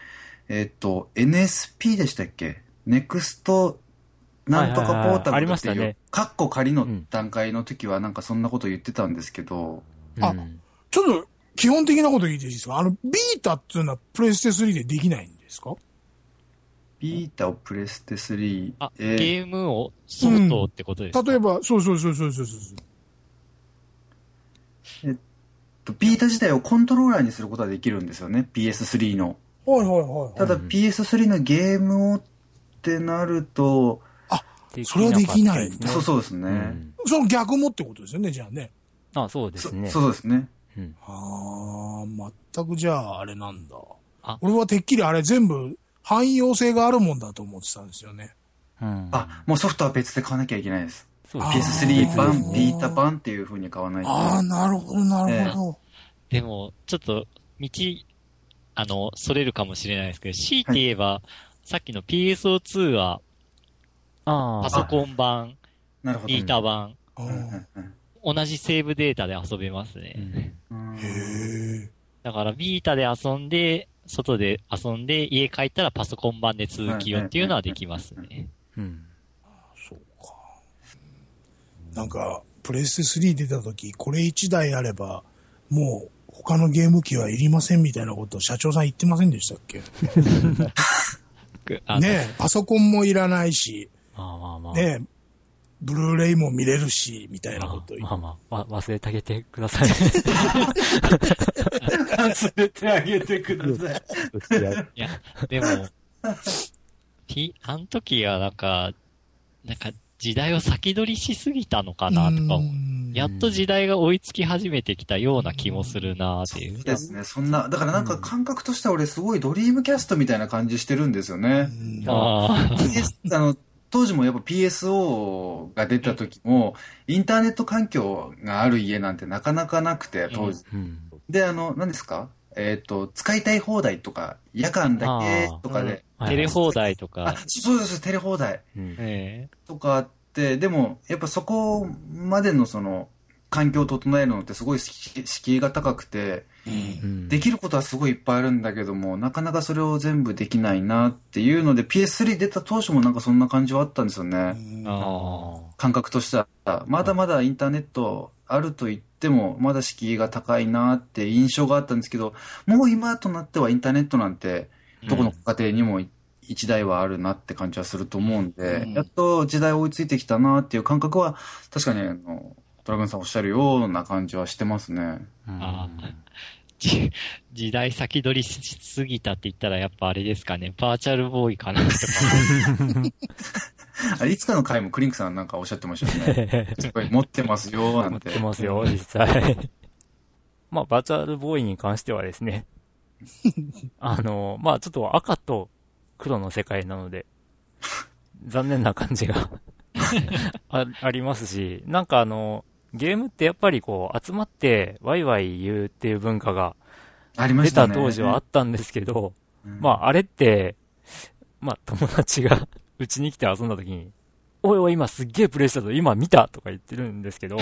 えっ、と、NSP でしたっけネクストなんとかポータはいはいはいあブりルまっしていたうね、カッコ仮のうん段階の時はなんかそんなこと言ってたんですけど、うんあちょっと、基本的なこと言っていいですかあの、ビータっていうのはプレイステ3でできないんですかビータをプレステ3、あ、えーゲームを、ソフトってことですか、例えば、そうそうそうそうそうそう。ビータ自体をコントローラーにすることはできるんですよね、PS3 の。はいはいはいはたい。だ PS3 のゲームをってなると、それはできないでねかったですそうそうですね。うんその逆もってことですよね、じゃあね。あ、そうですね。そそうですね。うんああ、全くじゃああれなんだあ。俺はてっきりあれ全部汎用性があるもんだと思ってたんですよね。うんあ、もうソフトは別で買わなきゃいけないです。そうです PS3 あ版、ービータ版っていう風に買わないと。ああ、なるほど、なるほど。でも、ちょっと、道、あの、それるかもしれないですけど、強いて言えば、さっきの PSO2 は、ああパソコン版、なるほど。ビータ版、ううんんへ同じセーブデータで遊べますね。うんうんえ。だから、ビータで遊んで、外で遊んで、家帰ったらパソコン版で続きよっていうのはできますね。うん。そうか。なんか、プレイステ3出た時、これ1台あれば、もう他のゲーム機はいりませんみたいなことを社長さん言ってませんでしたっけあのねえ、パソコンもいらないし、まあまあまあ。ねえ、ブルーレイも見れるし、みたいなこと言まってあまあ、わ忘れてあげてください。 忘れてあげてください。としてやるいや、でも、 ピあの時はなんか、なんか時代を先取りしすぎたのかなとか思う、うんやっと時代が追いつき始めてきたような気もするなっていう。ですね。そんな、だからなんか感覚としては俺すごいドリームキャストみたいな感じしてるんですよね。うん あ PS あの当時もやっぱ PSO が出た時も、インターネット環境がある家なんてなかなかなくて、当時。うん。で、あの、何ですかえっ、と、使いたい放題とか、夜間だけとかで。あ、テレ放題とかあ、、そうそうそう、テレ放題うんえとかあって、でも、やっぱそこまでのその、環境を整えるのってすごい敷敷居が高くて、うん できることはすごいいっぱいあるんだけども、なかなかそれを全部できないなっていうので、PS3 出た当初もなんかそんな感じはあったんですよね。えああ感覚としては、まだまだインターネットあると言っても、まだ敷居が高いなって印象があったんですけど、もう今となってはインターネットなんて、どこの家庭にも一台はあるなって感じはすると思うんで、うんやっと時代追いついてきたなっていう感覚は、確かにあの、ドラグンさんおっしゃるような感じはしてますね。あじ時代先取りしすぎたって言ったらやっぱあれですかね、バーチャルボーイかなとか。あいつかの回もクリンクさんなんかおっしゃってまし たよね。すごい持ってますよな持っんて。てますよ、実際。 まあ、バーチャルボーイに関してはです ね、あの、まあ、ちょっと赤と黒の世界なので、残念な感じ があありますし、なんかあの、ゲームってやっぱりこう、集まってワイワイ言うっていう文化がありま出したたね。当時はあったんですけど、う んまあ、あれって、まあ、友達がうちに来て遊んだ時に、おいおい、今すっげえプレイしたぞ、今見たとか言ってるんです けど、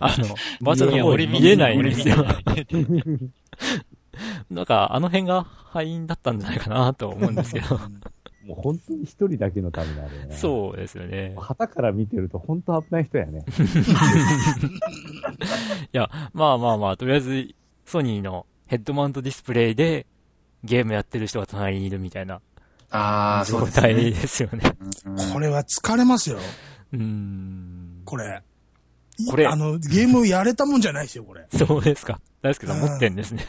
あの、バーチャルの方に見えないんですよ。なんか、あの辺が敗因だったんじゃないかなと思うんですけど。もう本当に一人だけのためのあれよ ね。そうですよねう。。旗から見てると本当危ない人やね。いや、まあまあまあ、とりあえず、ソニーのヘッドマウントディスプレイで、ゲームやってる人が隣にいるみたいなああ、そう状ですね態。ですよね。うんこれは疲れますよ、うーん。これ。これあの、ゲームやれたもんじゃないですよ、これ。そうですか。大輔さん持ってんですね。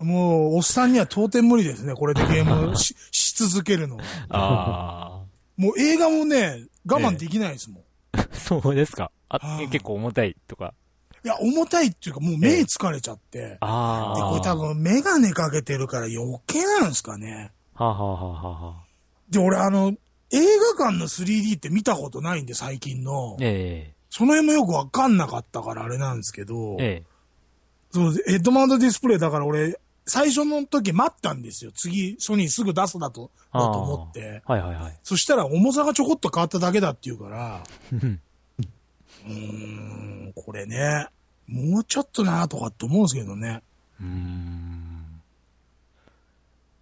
もう、おっさんには到底無理ですね、これでゲームしし続けるのは。 あもう映画もね、我慢できないですもん。あ。そうですか。あは、い結構重たいとか。いや、重たいっていうか、もう目疲れちゃって。で、ああ。これ多分メガネかけてるから余計なんですかね。はあ、はあはあはあはあ、で、俺あの、映画館の 3D って見たことないんで、最近の。えその辺もよくわかんなかったからあれなんですけどえ、えそう、ヘッドマウントディスプレイだから俺、最初の時待ったんですよ。次、ソニーすぐ出すだと、だと思って。えはいはいはい。そしたら重さがちょこっと変わっただけだっていうから、うんうーん、これね、もうちょっとなとかって思うんですけどね。うーん。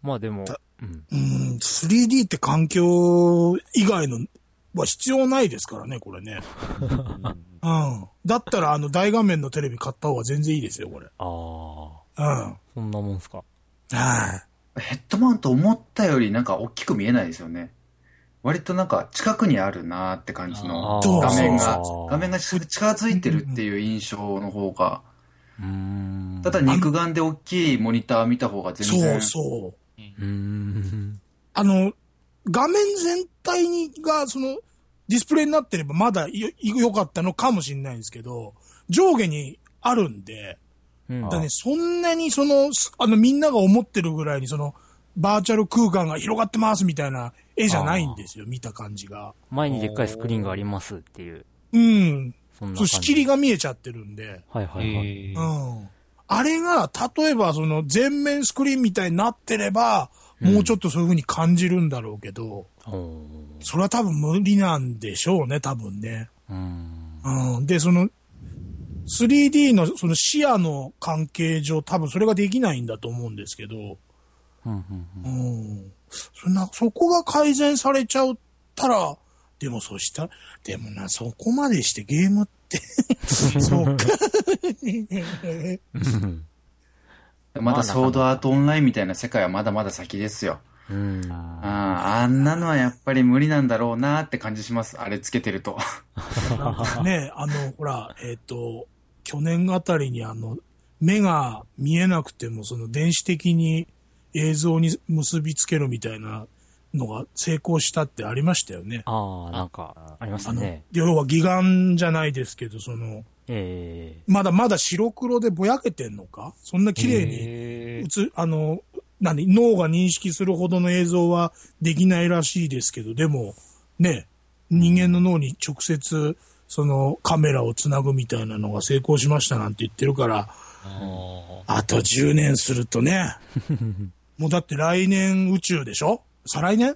まあでもた、うん。うーん、3D って環境以外のは必要ないですからね、これね。うん。だったらあの大画面のテレビ買った方が全然いいですよ、これ。ああ。うん。はそんなもんすか。い。ヘッドマウント思ったよりなんか大きく見えないですよね。割となんか近くにあるなーって感じあのーそう画面そうがそう、画面が近づいてるっていう印象の方が、うーん。ただう肉眼で大きいモニター見た方が全そ然うそう。ーん。あの、画面全体にが、その、ディスプレイになってればまだよ良かったのかもしれないんですけど、上下にあるんで、うんだからね、そんなにその、すあの、みんなが思ってるぐらいに、その、バーチャル空間が広がってますみたいな絵じゃないんですよ、見た感じが。前にでっかいスクリーンがありますっていう、うん。そんな感そう、じ。仕切りが見えちゃってるんで、はいはいはい。え うん。あれが、例えばその、全面スクリーンみたいになってれば、もうちょっとそういう風に感じるんだろうけど、おーそれは多分無理なんでしょうね、多分ね。うーん。うん。で、その、3D のその視野の関係上、多分それができないんだと思うんですけど、うんうんうんうん。そんな、そこが改善されちゃったら、でもそしたら、でもな、そこまでしてゲームって、そうか。 うんまだソードアートオンラインみたいな世界はまだまだ先ですよ。うん。ああんなのはやっぱり無理なんだろうなーって感じします。あれつけてると。 ね、あの、ほら、えっ、と、去年あたりにあの、目が見えなくても、その電子的に映像に結びつけるみたいなのが成功したってありましたよね。ああ、なんか、ありましたあの、ね。要は義眼じゃないですけど、その、ええまだまだ白黒でぼやけてんのかそんな綺麗にえ映、あの、何、脳が認識するほどの映像はできないらしいですけど、でも、ね、人間の脳に直接、そのカメラをつなぐみたいなのが成功しましたなんて言ってるから、ああと10年するとね、もうだって来年宇宙でしょ再来年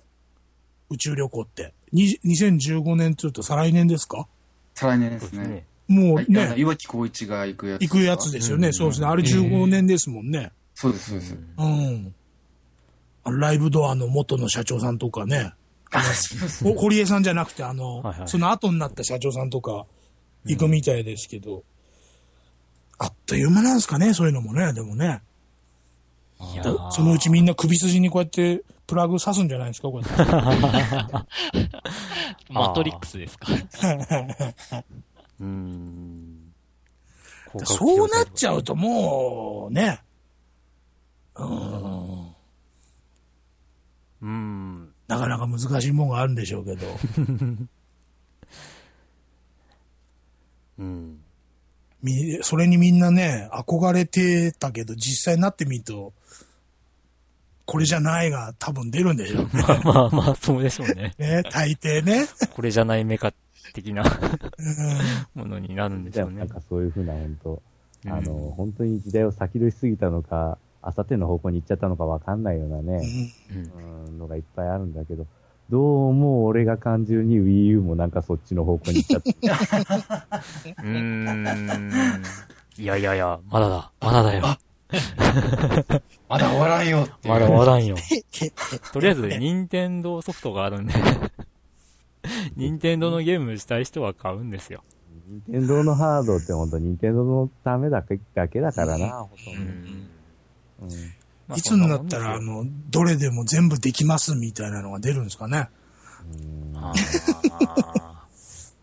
宇宙旅行って。に2015年って言うと再来年ですか再来年ですー。ね。ね。もはいうあのね、岩城光一が行くやつ。行くやつですよね。そうですね。あれ15年ですもんね。そうです、そうです。うん。あのライブドアの元の社長さんとかね、あそうですお堀江さんじゃなくて、あの、はいはいその後になった社長さんとか行くみたいですけど、あっという間なんですかね、そういうのもね、でもね。いやだーそのうちみんな首筋にこうやってプラグ刺すんじゃないですか、こうやって。あ、マトリックスですか。うーん。そうなっちゃうともう、ね、うーん。なかなか難しいもんがあるんでしょうけど、うん。みそれにみんなね、憧れてたけど、実際になってみると、これじゃないが多分出るんで しょうね。まあまあまあ、そうでしょうね。ね、大抵ね。 これじゃないメカ的 なうんものになるんでしじゃょあうなねん。かそういうふうな本当、うんあの、本当に時代を先取りしすぎたのか、あさっての方向に行っちゃったのかわかんないようなね、うんうんうんのがいっぱいあるんだけど、どうも俺が感じるに Wii U もなんかそっちの方向に行っちゃって、 うーん。いやいやいや、まだだ。まだだよ。 まだ終わらんよっていうまだ終わらん よ。とりあえず、任天堂ソフトがある んで、任天堂のゲームしたい人は買うんですよ。任天堂のハードって本当任天堂のためだけだけだからな、ほとんど。ん。うんまあいつになったら、あそんなもんの、どれでも全部できますみたいなのが出るんですかね。ですよあ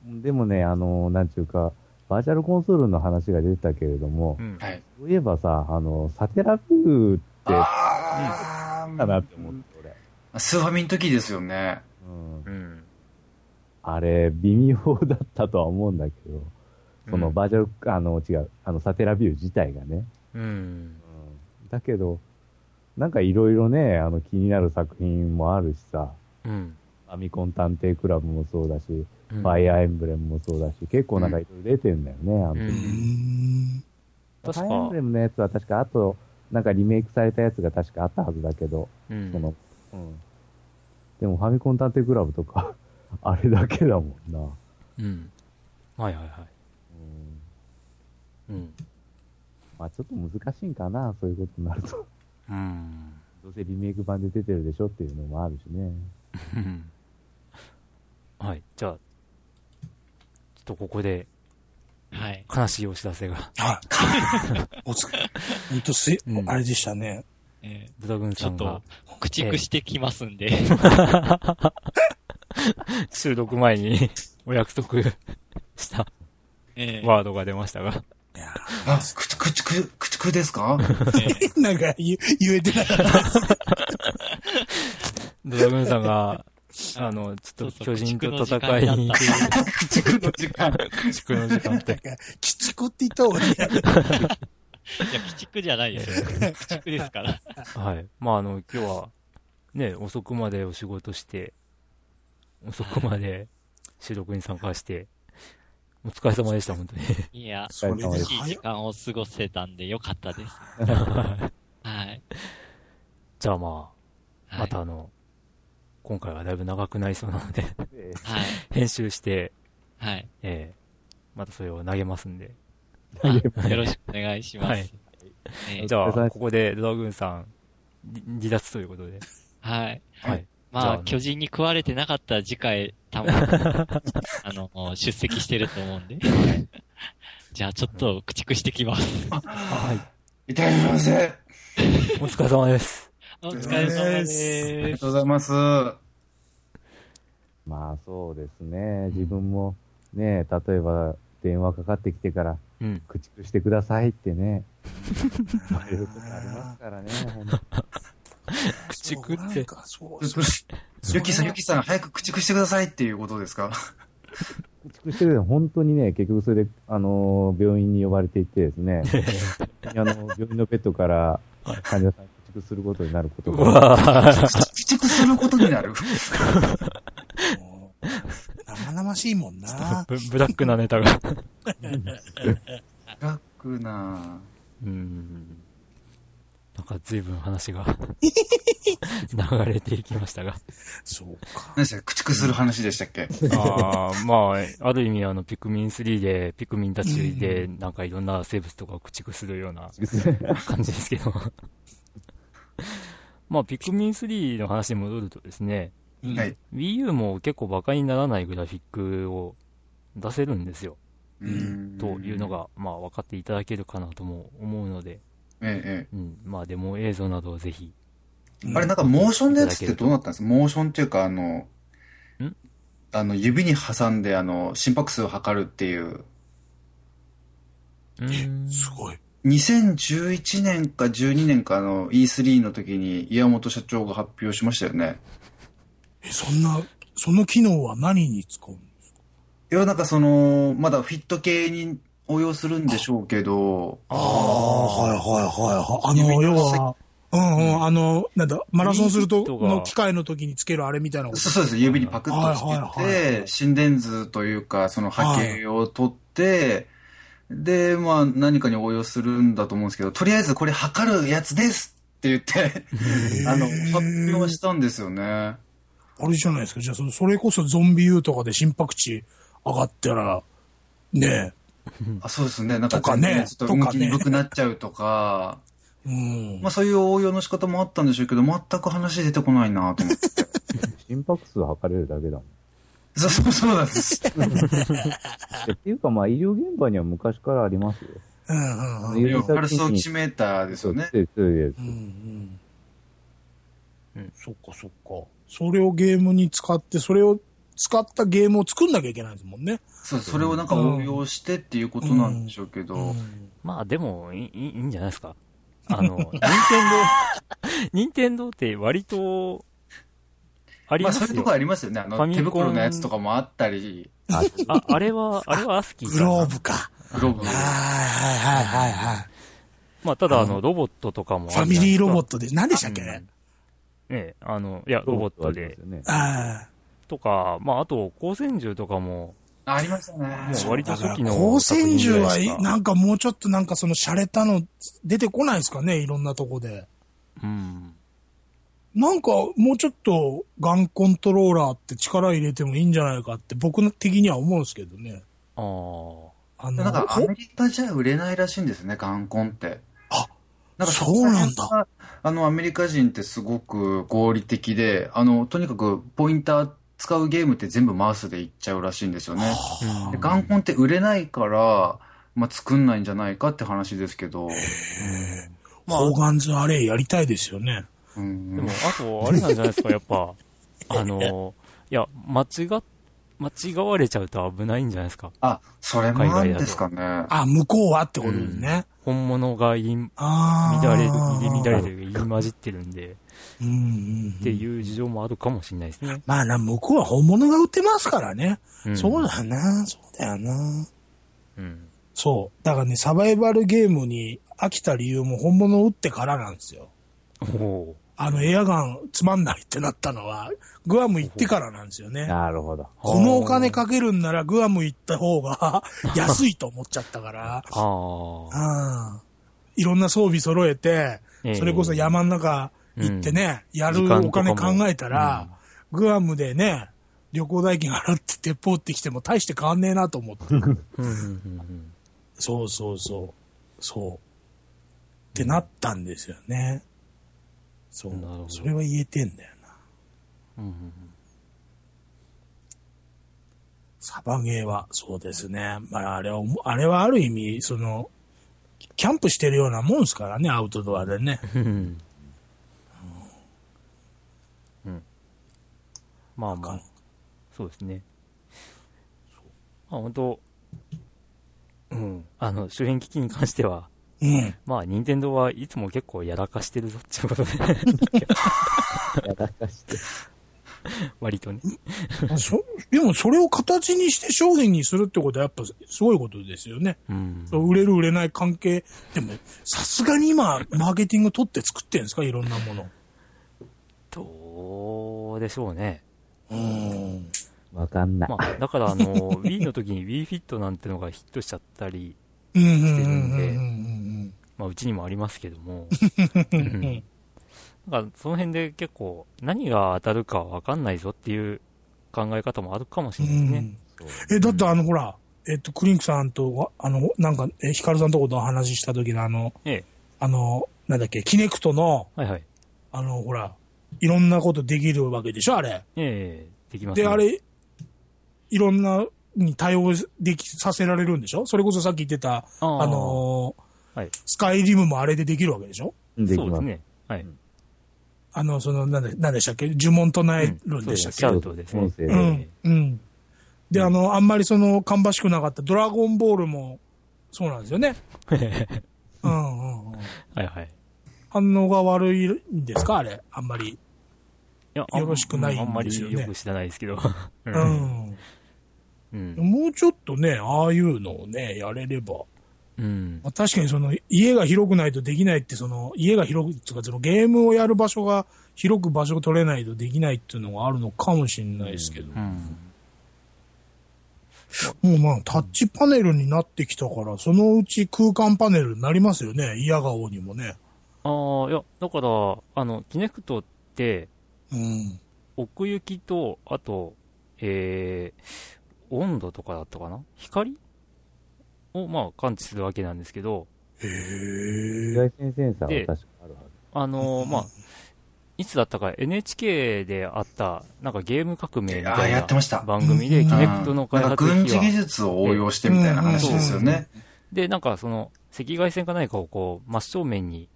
でもね、あの、なんちゅうか、バーチャルコンソールの話が出てたけれどもー、うんはい。そういえばさ、あの、サテラビューってかあーなって思って、俺。スーファミの時ですよね。うん。うん。あれ、微妙だったとは思うんだけど、そのうんバーチャル、あの、違う、あの、サテラビュー自体がね。うん。だけど、なんかいろいろね、あの、気になる作品もあるしさ、うん。ファミコン探偵クラブもそうだし、うんファイアーエンブレムもそうだし、結構なんかいろいろ出てんだよね、あのううーん。ん。確ファイアーエンかブ、レムのやつは確か、あと、なんかリメイクされたやつが確かあったはずだけど、うそんの、うん。でもファミコン探偵クラブとか、 あれだけだもんな。ううん。はいはいはん。い。うん。まあちょっと難しいんかな、そういうことになると。うん。どうせリメイク版で出てるでしょっていうのもあるしね。うんはい、じゃあ、ちょっとここではい。悲しいお知らせ が、 はい。お疲れ。ほんとすい、うんあれでしたね。えブタグンーちさょっんがと、駆逐してきますんで。収録前に お約束したえーワードが出ましたが、あ、くちくちく、くちくですか なんか言言えて なかった。ブタグンさん が、あの、ちょっとそうそう 巨人と駆逐の時戦い間にに行なくっ、くちくの時間。宿の時間って。なんか、鬼畜って言った方が いいや。いや、鬼畜じゃないですよ。鬼畜ですから。はい。まあ、あの、今日は、ね、遅くまでお仕事して、遅くまで収録に参加して、お疲れ様でした、本当に。いや、それではい早いい時間を過ごせたんでよかったです。はい。じゃあまあ、はいまた。あの、今回はだいぶ長くなりそうなので、 はい。編集して、 はい。ええまたそれを投げますんで。あよろしくお願いしまはいす。えーじゃお疲れ様あ、ですここでドラグーンさん、り離脱ということ で。はい。はい。じゃまああ、巨人に食われてなかったら次回、多分、あの、出席してると思うんで。 じゃあ、ちょっと駆逐してきます。いただきます。 あお疲れ様です。お疲れ様りでがすと。うございます。まあそうですね、自分もね、例えば電話かかってきてから、うん。駆逐してくださいって ね、言われることありますからね、ほんと駆逐っそうなんて、かそうそうゆきさん、ゆきさん、早く駆逐してくださいっていうことですか駆逐してるの本当にね、結局それで、あのー病院に呼ばれていってです ね、あの病院のベッドから患者さん駆逐することになることうが、わぁ。駆逐することになるもう生々しいも んな。ブブラックなネタが。楽なうん。なんか随分話が 流れていきましたが。そうか。何でしたっけ駆逐する話でしたっけああ、まあ、ある意味あの、ピクミン3で、ピクミンたちで、なんかいろんな生物とか駆逐するような感じですけど。 まあ、ピクミン3の話に戻るとですね、うんはい。 Wii U も結構バカにならないグラフィックを出せるんですよ。うんというの。が、まあ、分かっていただけるかなとも思うので、ええ、うん、まあ、デモ映像などをぜひ。ええ。あれ、なんか、モーションのやつってどうなったんですかモーションっていうか、あのん、あの、指に挟んで、あの、心拍数を測るっていう、うーんすごい。 2011年か12年かの E3 の時に岩本社長が発表しましたよね。えそんな、その機能は何に使うのいや、なんかその、まだフィット系に応用するんでしょうけど、ああ、はいはいはいはい。あの、要は、うんうん、あの、なんだ、マラソンすると、リードがの機械の時につけるあれみたいなこと。そうそうです。指にパクッとつけて、はいはいはい心電図というか、その波形を取って、で、まあ何かに応用するんだと思うんですけど、とりあえずこれ測るやつですって言って、あの、発表したんですよね。あれじゃないですか。じゃあそ、それこそゾンビ U とかで心拍値上がったら、ねあそうですね。なんかとかね全然ちょっとと運か気ね鈍くなっちゃうとか、え。うん。まあそういう応用の仕方もあったんでしょうけど、全く話出てこないなと思 って。 心拍数測れるだけだもん。そうそうそうなんで す。っていうか、まあ、医療現場には昔からありますよ。うんうんうん。い要はパルスオキシメーターですよね。そうですそうですうんうんうんそっかそっか。それをゲームに使って、それを使ったゲームを作んなきゃいけないですもんね。そう、それをなんか応用してっていうことなんでしょうけど。うんまあでもいい、いいいんじゃないですか。あの、任天堂、任天堂って割と、ありままあそういすうとよ。こありますよね。あファの、ミ手コン袋のやつとかもあったり、ああ、あれは、あれはアスキーグかローな。ブか。グローブ。はいはいはいはいはい。まあただあの、ロボットとかもファミリーロボットトで、何でしたっけうんねね、あの、いや、ロボットで。ロボットありますよねああ。とか、まああと、光線銃とかも、ありましたもね。う割とだから、初期の光線銃は作品じゃないです、かなんかもうちょっとなんかその洒落たの出てこないですかね、いろんなとこで。うん。なんかもうちょっとガンコントローラーって力入れてもいいんじゃないかって僕的には思うんですけどね。ああ。あでの、なんかアほメリカじゃ売れないらしいんですね、冠婚って。あなんかそうなんだそこら辺が。あの、アメリカ人ってすごく合理的で、あの、とにかくポインター使うゲームって全部マウスでいっちゃうらしいんですよね。で、冠婚って売れないから、まあ、作んないんじゃないかって話ですけど。まあ、オーガンズアレイやりたいですよね。うんでも、あと、あれなんじゃないで すか、やっぱ。あの、いや、間違っ、間違われちゃうと危ないんじゃないですか。あ、それもなんですかね。あ、向こうはってことですね。本物が入りああ。乱れる、入り乱れる、入り混じってるんで、うんうんっうてん。いう事情もあるかもしれないですね。まあな、向こうは本物が売ってますからね。んそうだな、そうだよな。うん。そう。だからね、サバイバルゲームに飽きた理由も本物を打ってからなんですよ。おおあの、エアガンつまんないってなったのは、グアム行ってからなんですよね。なるほど。このお金かけるんならグアム行った 方が安いと思っちゃったから。ああ。うん。いろんな装備揃えて、ええそれこそ山の中行ってね、や時る間おとか金も考えたら、グアムでね、旅行代金払って鉄砲ってきても大して変わんねえなと思って。うんうんうんそうそうそう。そう。ってなったんですよね。そなるほう。どそれは言えてんだよな。うんうんサバゲーは、そうですね。まあ、あれは、あれはある意味、その、キャンプしてるようなもんですからね、アウトドアでね。うんうんうんまあまあ、そうですね。まあ本当、うん、あの、周辺機器に関しては、うん。まあ、任天堂はいつも結構やらかしてるぞっていうことで、 やらかして。割とね。そでもそれを形にして商品にするってことはやっぱすごいことですよね。うん。そう売れる売れない関係。でも、さすがに今、マーケティング取って作ってんですかいろんなもの。どうでしょうね。うん。わかんないま。あ、だから、 あの、Wii の時に WiiFit なんてのがヒットしちゃったり、うんうんしてるうんんでうんまあ、うちにもありますけども、うんう。うんんだから、その辺で結構、何が当たるかわかんないぞっていう考え方もあるかもしれないですね。え、だってあの、ほら、えっと、クリンクさんとわ、あの、なんか、え、ヒカルさんとことお話しした時のあの、ええ。あの、なんだっけ、キネクトの、はいはい。あの、ほら、いろんなことできるわけでしょあれ。ええ、できます、ね。で、あれ、いろんなに対応でき、させられるんでしょそれこそさっき言ってた、あーあのーはいスカイリムもあれでできるわけでしょできそうでますす。ね。はい。あの、その、なんで、なんでしたっけ呪文唱えるんそうででしたすっシャウトですね音。声けでうそん、うん。で、あの、あんまりその、芳しくなかった、ドラゴンボールも、そうなんですよね。うんうんうん。 はいはい。反応が悪いんですかあれ、あんまり。いやよろしくないんあんまでりすよねよく知らないですけど。うう。ん。うん。もうちょっとね、ああいうのをね、やれれば。うん。まあ、確かにその家が広くないとできないって、その家が広くっていうか、そのゲームをやる場所が広く場所を取れないとできないっていうのがあるのかもしれないですけど、うんもうまあタッチパネルになってきたから、そのうち空間パネルになりますよね、嫌顔にもね。ああ、いや、だから、あの、キネクトって、うん。奥行きと、あと、えー温度とかだったかな光を、まあ、感知するわけなんですけど、へ紫え。外線センサーでは確かあるはず。あのーまあ、いつだったか NHK であった、なんかゲーム革命みあたーいやってましたな番組で、うんキネクトの開なんか発軍機事技は、術を応用してみたいな話ですよね。で、なんかその、赤外線か何かをこう、真正面に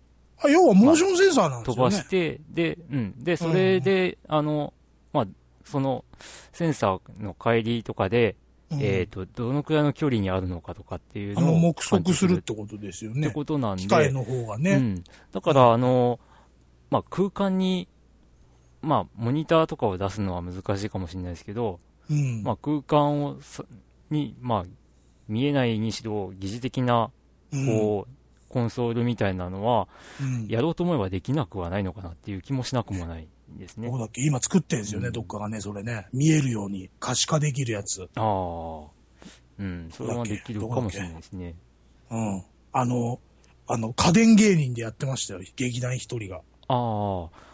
あ、要はモーションセンサーなんで飛すよばねし。て、で、うん。で、それで、あの、まあ、その、センサーの帰りとかで、うんえっ、と、どのくらいの距離にあるのかとかっていうあのの、を。目測するっ感てことですよじるっねて。ことなんで。機械の方がうね。ん。だから、あの、まあ、空間に、まあ、モニターとかを出すのは難しいかもしれないですけど、うん。まあ、空間をさ、に、まあ、見えないにしろ、疑似的な、こう、コンソールみたいなのは、うん、やろうと思えばできなくはないのかなっていう気もしなくもないですねどこ。だっけ今作ってんですよね、うんどっかがね、それね。見えるように可視化できるやつ。ああ。うん、それはできるかもしれないですね。うん。あの、あの、家電芸人でやってましたよ、劇団一人が。あう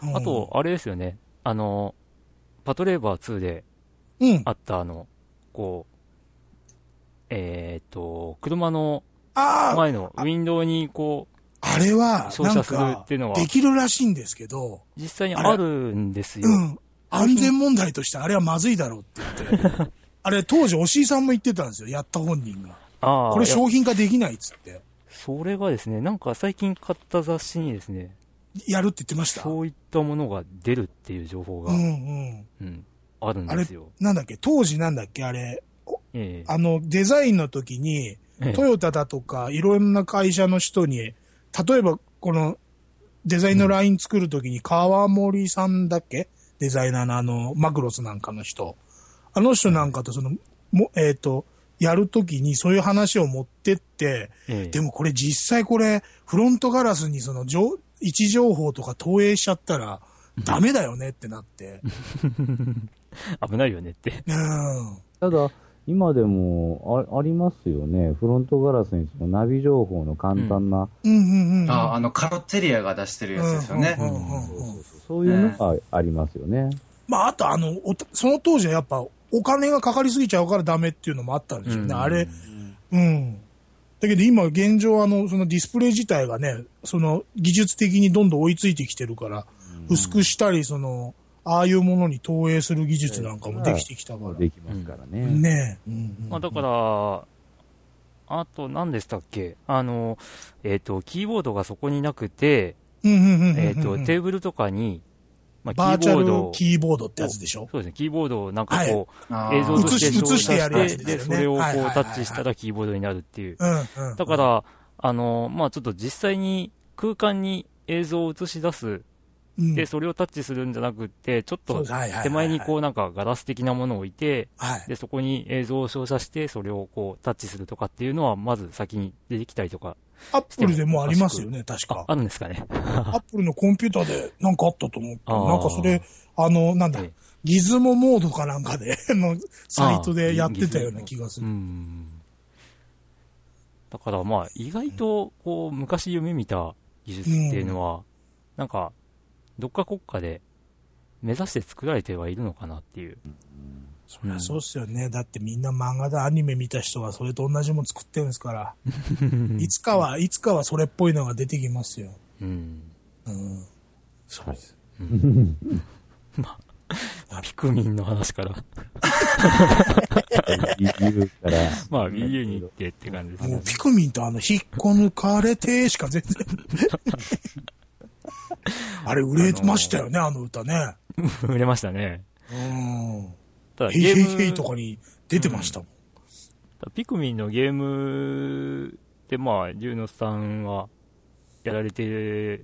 んあ。あと、、あれですよね。あの、パトレーバー2でうん。あったあの、こう、えっ、と、車のああ、前のウィンドウにこう、あれは、照なん射するっか、ていうのはできるらしいんですけど、実際にあるんですよう。ん。安全問題としてあれはまずいだろうって 言って。あれ当時、押井さんも言ってたんですよ、やった本人が。ああ。これいや商品化できないっつって。それがですね、なんか最近買った雑誌にですね、やるって言ってました。うそういったものが出るっていう情報が、うん、んうん。あるんですよ。なんだっけ、当時なんだっけ、あれ、ええあの、デザインの時に、ええトヨタだとか、いろんな会社の人に、例えば、この、デザインのライン作る時に、川森さんだっけデザイナーのあの、マクロスなんかの人。あの人なんかと、その、も、えっ、と、やる時にそういう話を持ってって、ええでもこれ実際これ、フロントガラスにその情、位置情報とか投影しちゃったら、ダメだよねってなって。危ないよねって。うん。ただ、今でもあありますよね。フロントガラスにそのナビ情報の簡単な、うんうんうん。ああの、カロッツェリアが出してるやつですよね。うんうんうんうんそういうのがありますよね。まあ、あとあの、おその当時はやっぱお金がかかりすぎちゃうからダメっていうのもあったんでしょうね。うんあれ、うん。だけど今現状あの、そのディスプレイ自体がね、その技術的にどんどん追いついてきてるから、薄くしたり、その、ああいうものに投影する技術なんかもできてきたから。できますからね。ねえ。うんうんまあ、だから、あと何でしたっけあの、えっ、と、キーボードがそこになくて、うんうんうんうんうんえっ、と、テーブルとかに、まバーチャルをキーボードってやつでしょそうですね、キーボードをなんかこう、あー映像として映し照射映してやるやつですよねで、それをこうはいはいはいはタいッチしたらキーボードになるっていう。うんうん。だから、あの、まあちょっと実際に空間に映像を映し出す。うん、で、それをタッチするんじゃなくって、ちょっそうとですはいはいはいはい手前にこうなんかガラス的なものを置いて、はい。で、そこに映像を照射して、それをこう、タッチするとかっていうのは、まず先に出てきたりとか、アップルでもありますよね、確か。あるんですかね。アップルのコンピューターでなんかあったと思うけあど。ーなんかそれ、あの、なんだええ、ギズモモードかなんかで、 の、サイトでやってたような気がすうる。ん。だからまあ、意外と、こう、昔夢見た技術っていうのは、なんか、どっか国家で目指して作られてはいるのかなっていう。そりゃそうっすよね。だってみんな漫画だ、アニメ見た人はそれと同じもん作ってるんです から。いつかは、いつかはそれっぽいのが出てきますよ。うん。うん。そうです。ピクミンの話から、言うから。まあ、Wii U に行ってって感じですもねう。ピクミンとあの、引っこ抜かれてしか全 然。あれ、売れましたよね、あの歌ね。売れましたね。うん。ただ、ヘイゲヘイーヘイム、とかに出てましたもん。ピクミンのゲームで、まあ、龍之さんはやられて、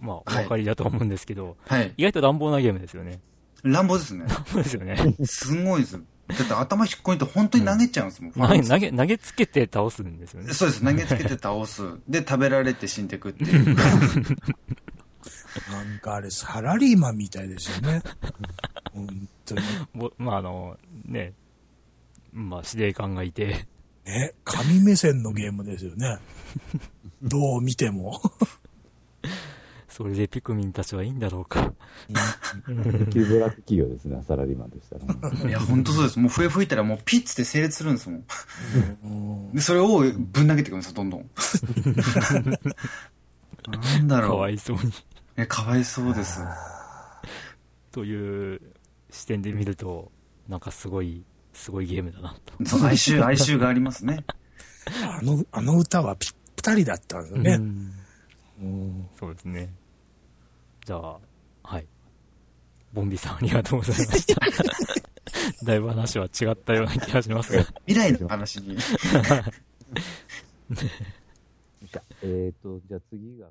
まあ、お分かりだと思うんですけど、はい。意外と乱暴なゲームですよね。乱暴ですね。そうですよね。すごいです。だって頭引っこいて本当に投げちゃうんですもん。投げ、投げ、投げつけて倒すんですよね。そうです。投げつけて 倒す。で、食べられて死んでくっていう。なんかあれ、サラリーマンみたいですよ ね。本当に。ぼまあ、あの、ね、まあ、司令官がいて、ね、神 目線のゲームですよね。どう見ても。それでピクミンたちはいいんだろうか。急ブラック企業ですね、サラリーマンとした ら。いや、本当そうです。もう笛吹いたらもうピッツで整列するんですもん。で、それをぶん投げてくるんですよ、どんど ん。なんだかろわう。いそうに。え、かわいそうです。という視点で見ると、なんかすごい、すごいゲームだなと。そう、哀愁、哀愁がありますね。あの、あの歌はぴったりだったんですようね。んうんそうですね。じゃあ、はい。ボンビさんありがとうございました。 だいぶ話は違ったような気がしますが。未来の話に。えっ、と、じゃあ次が。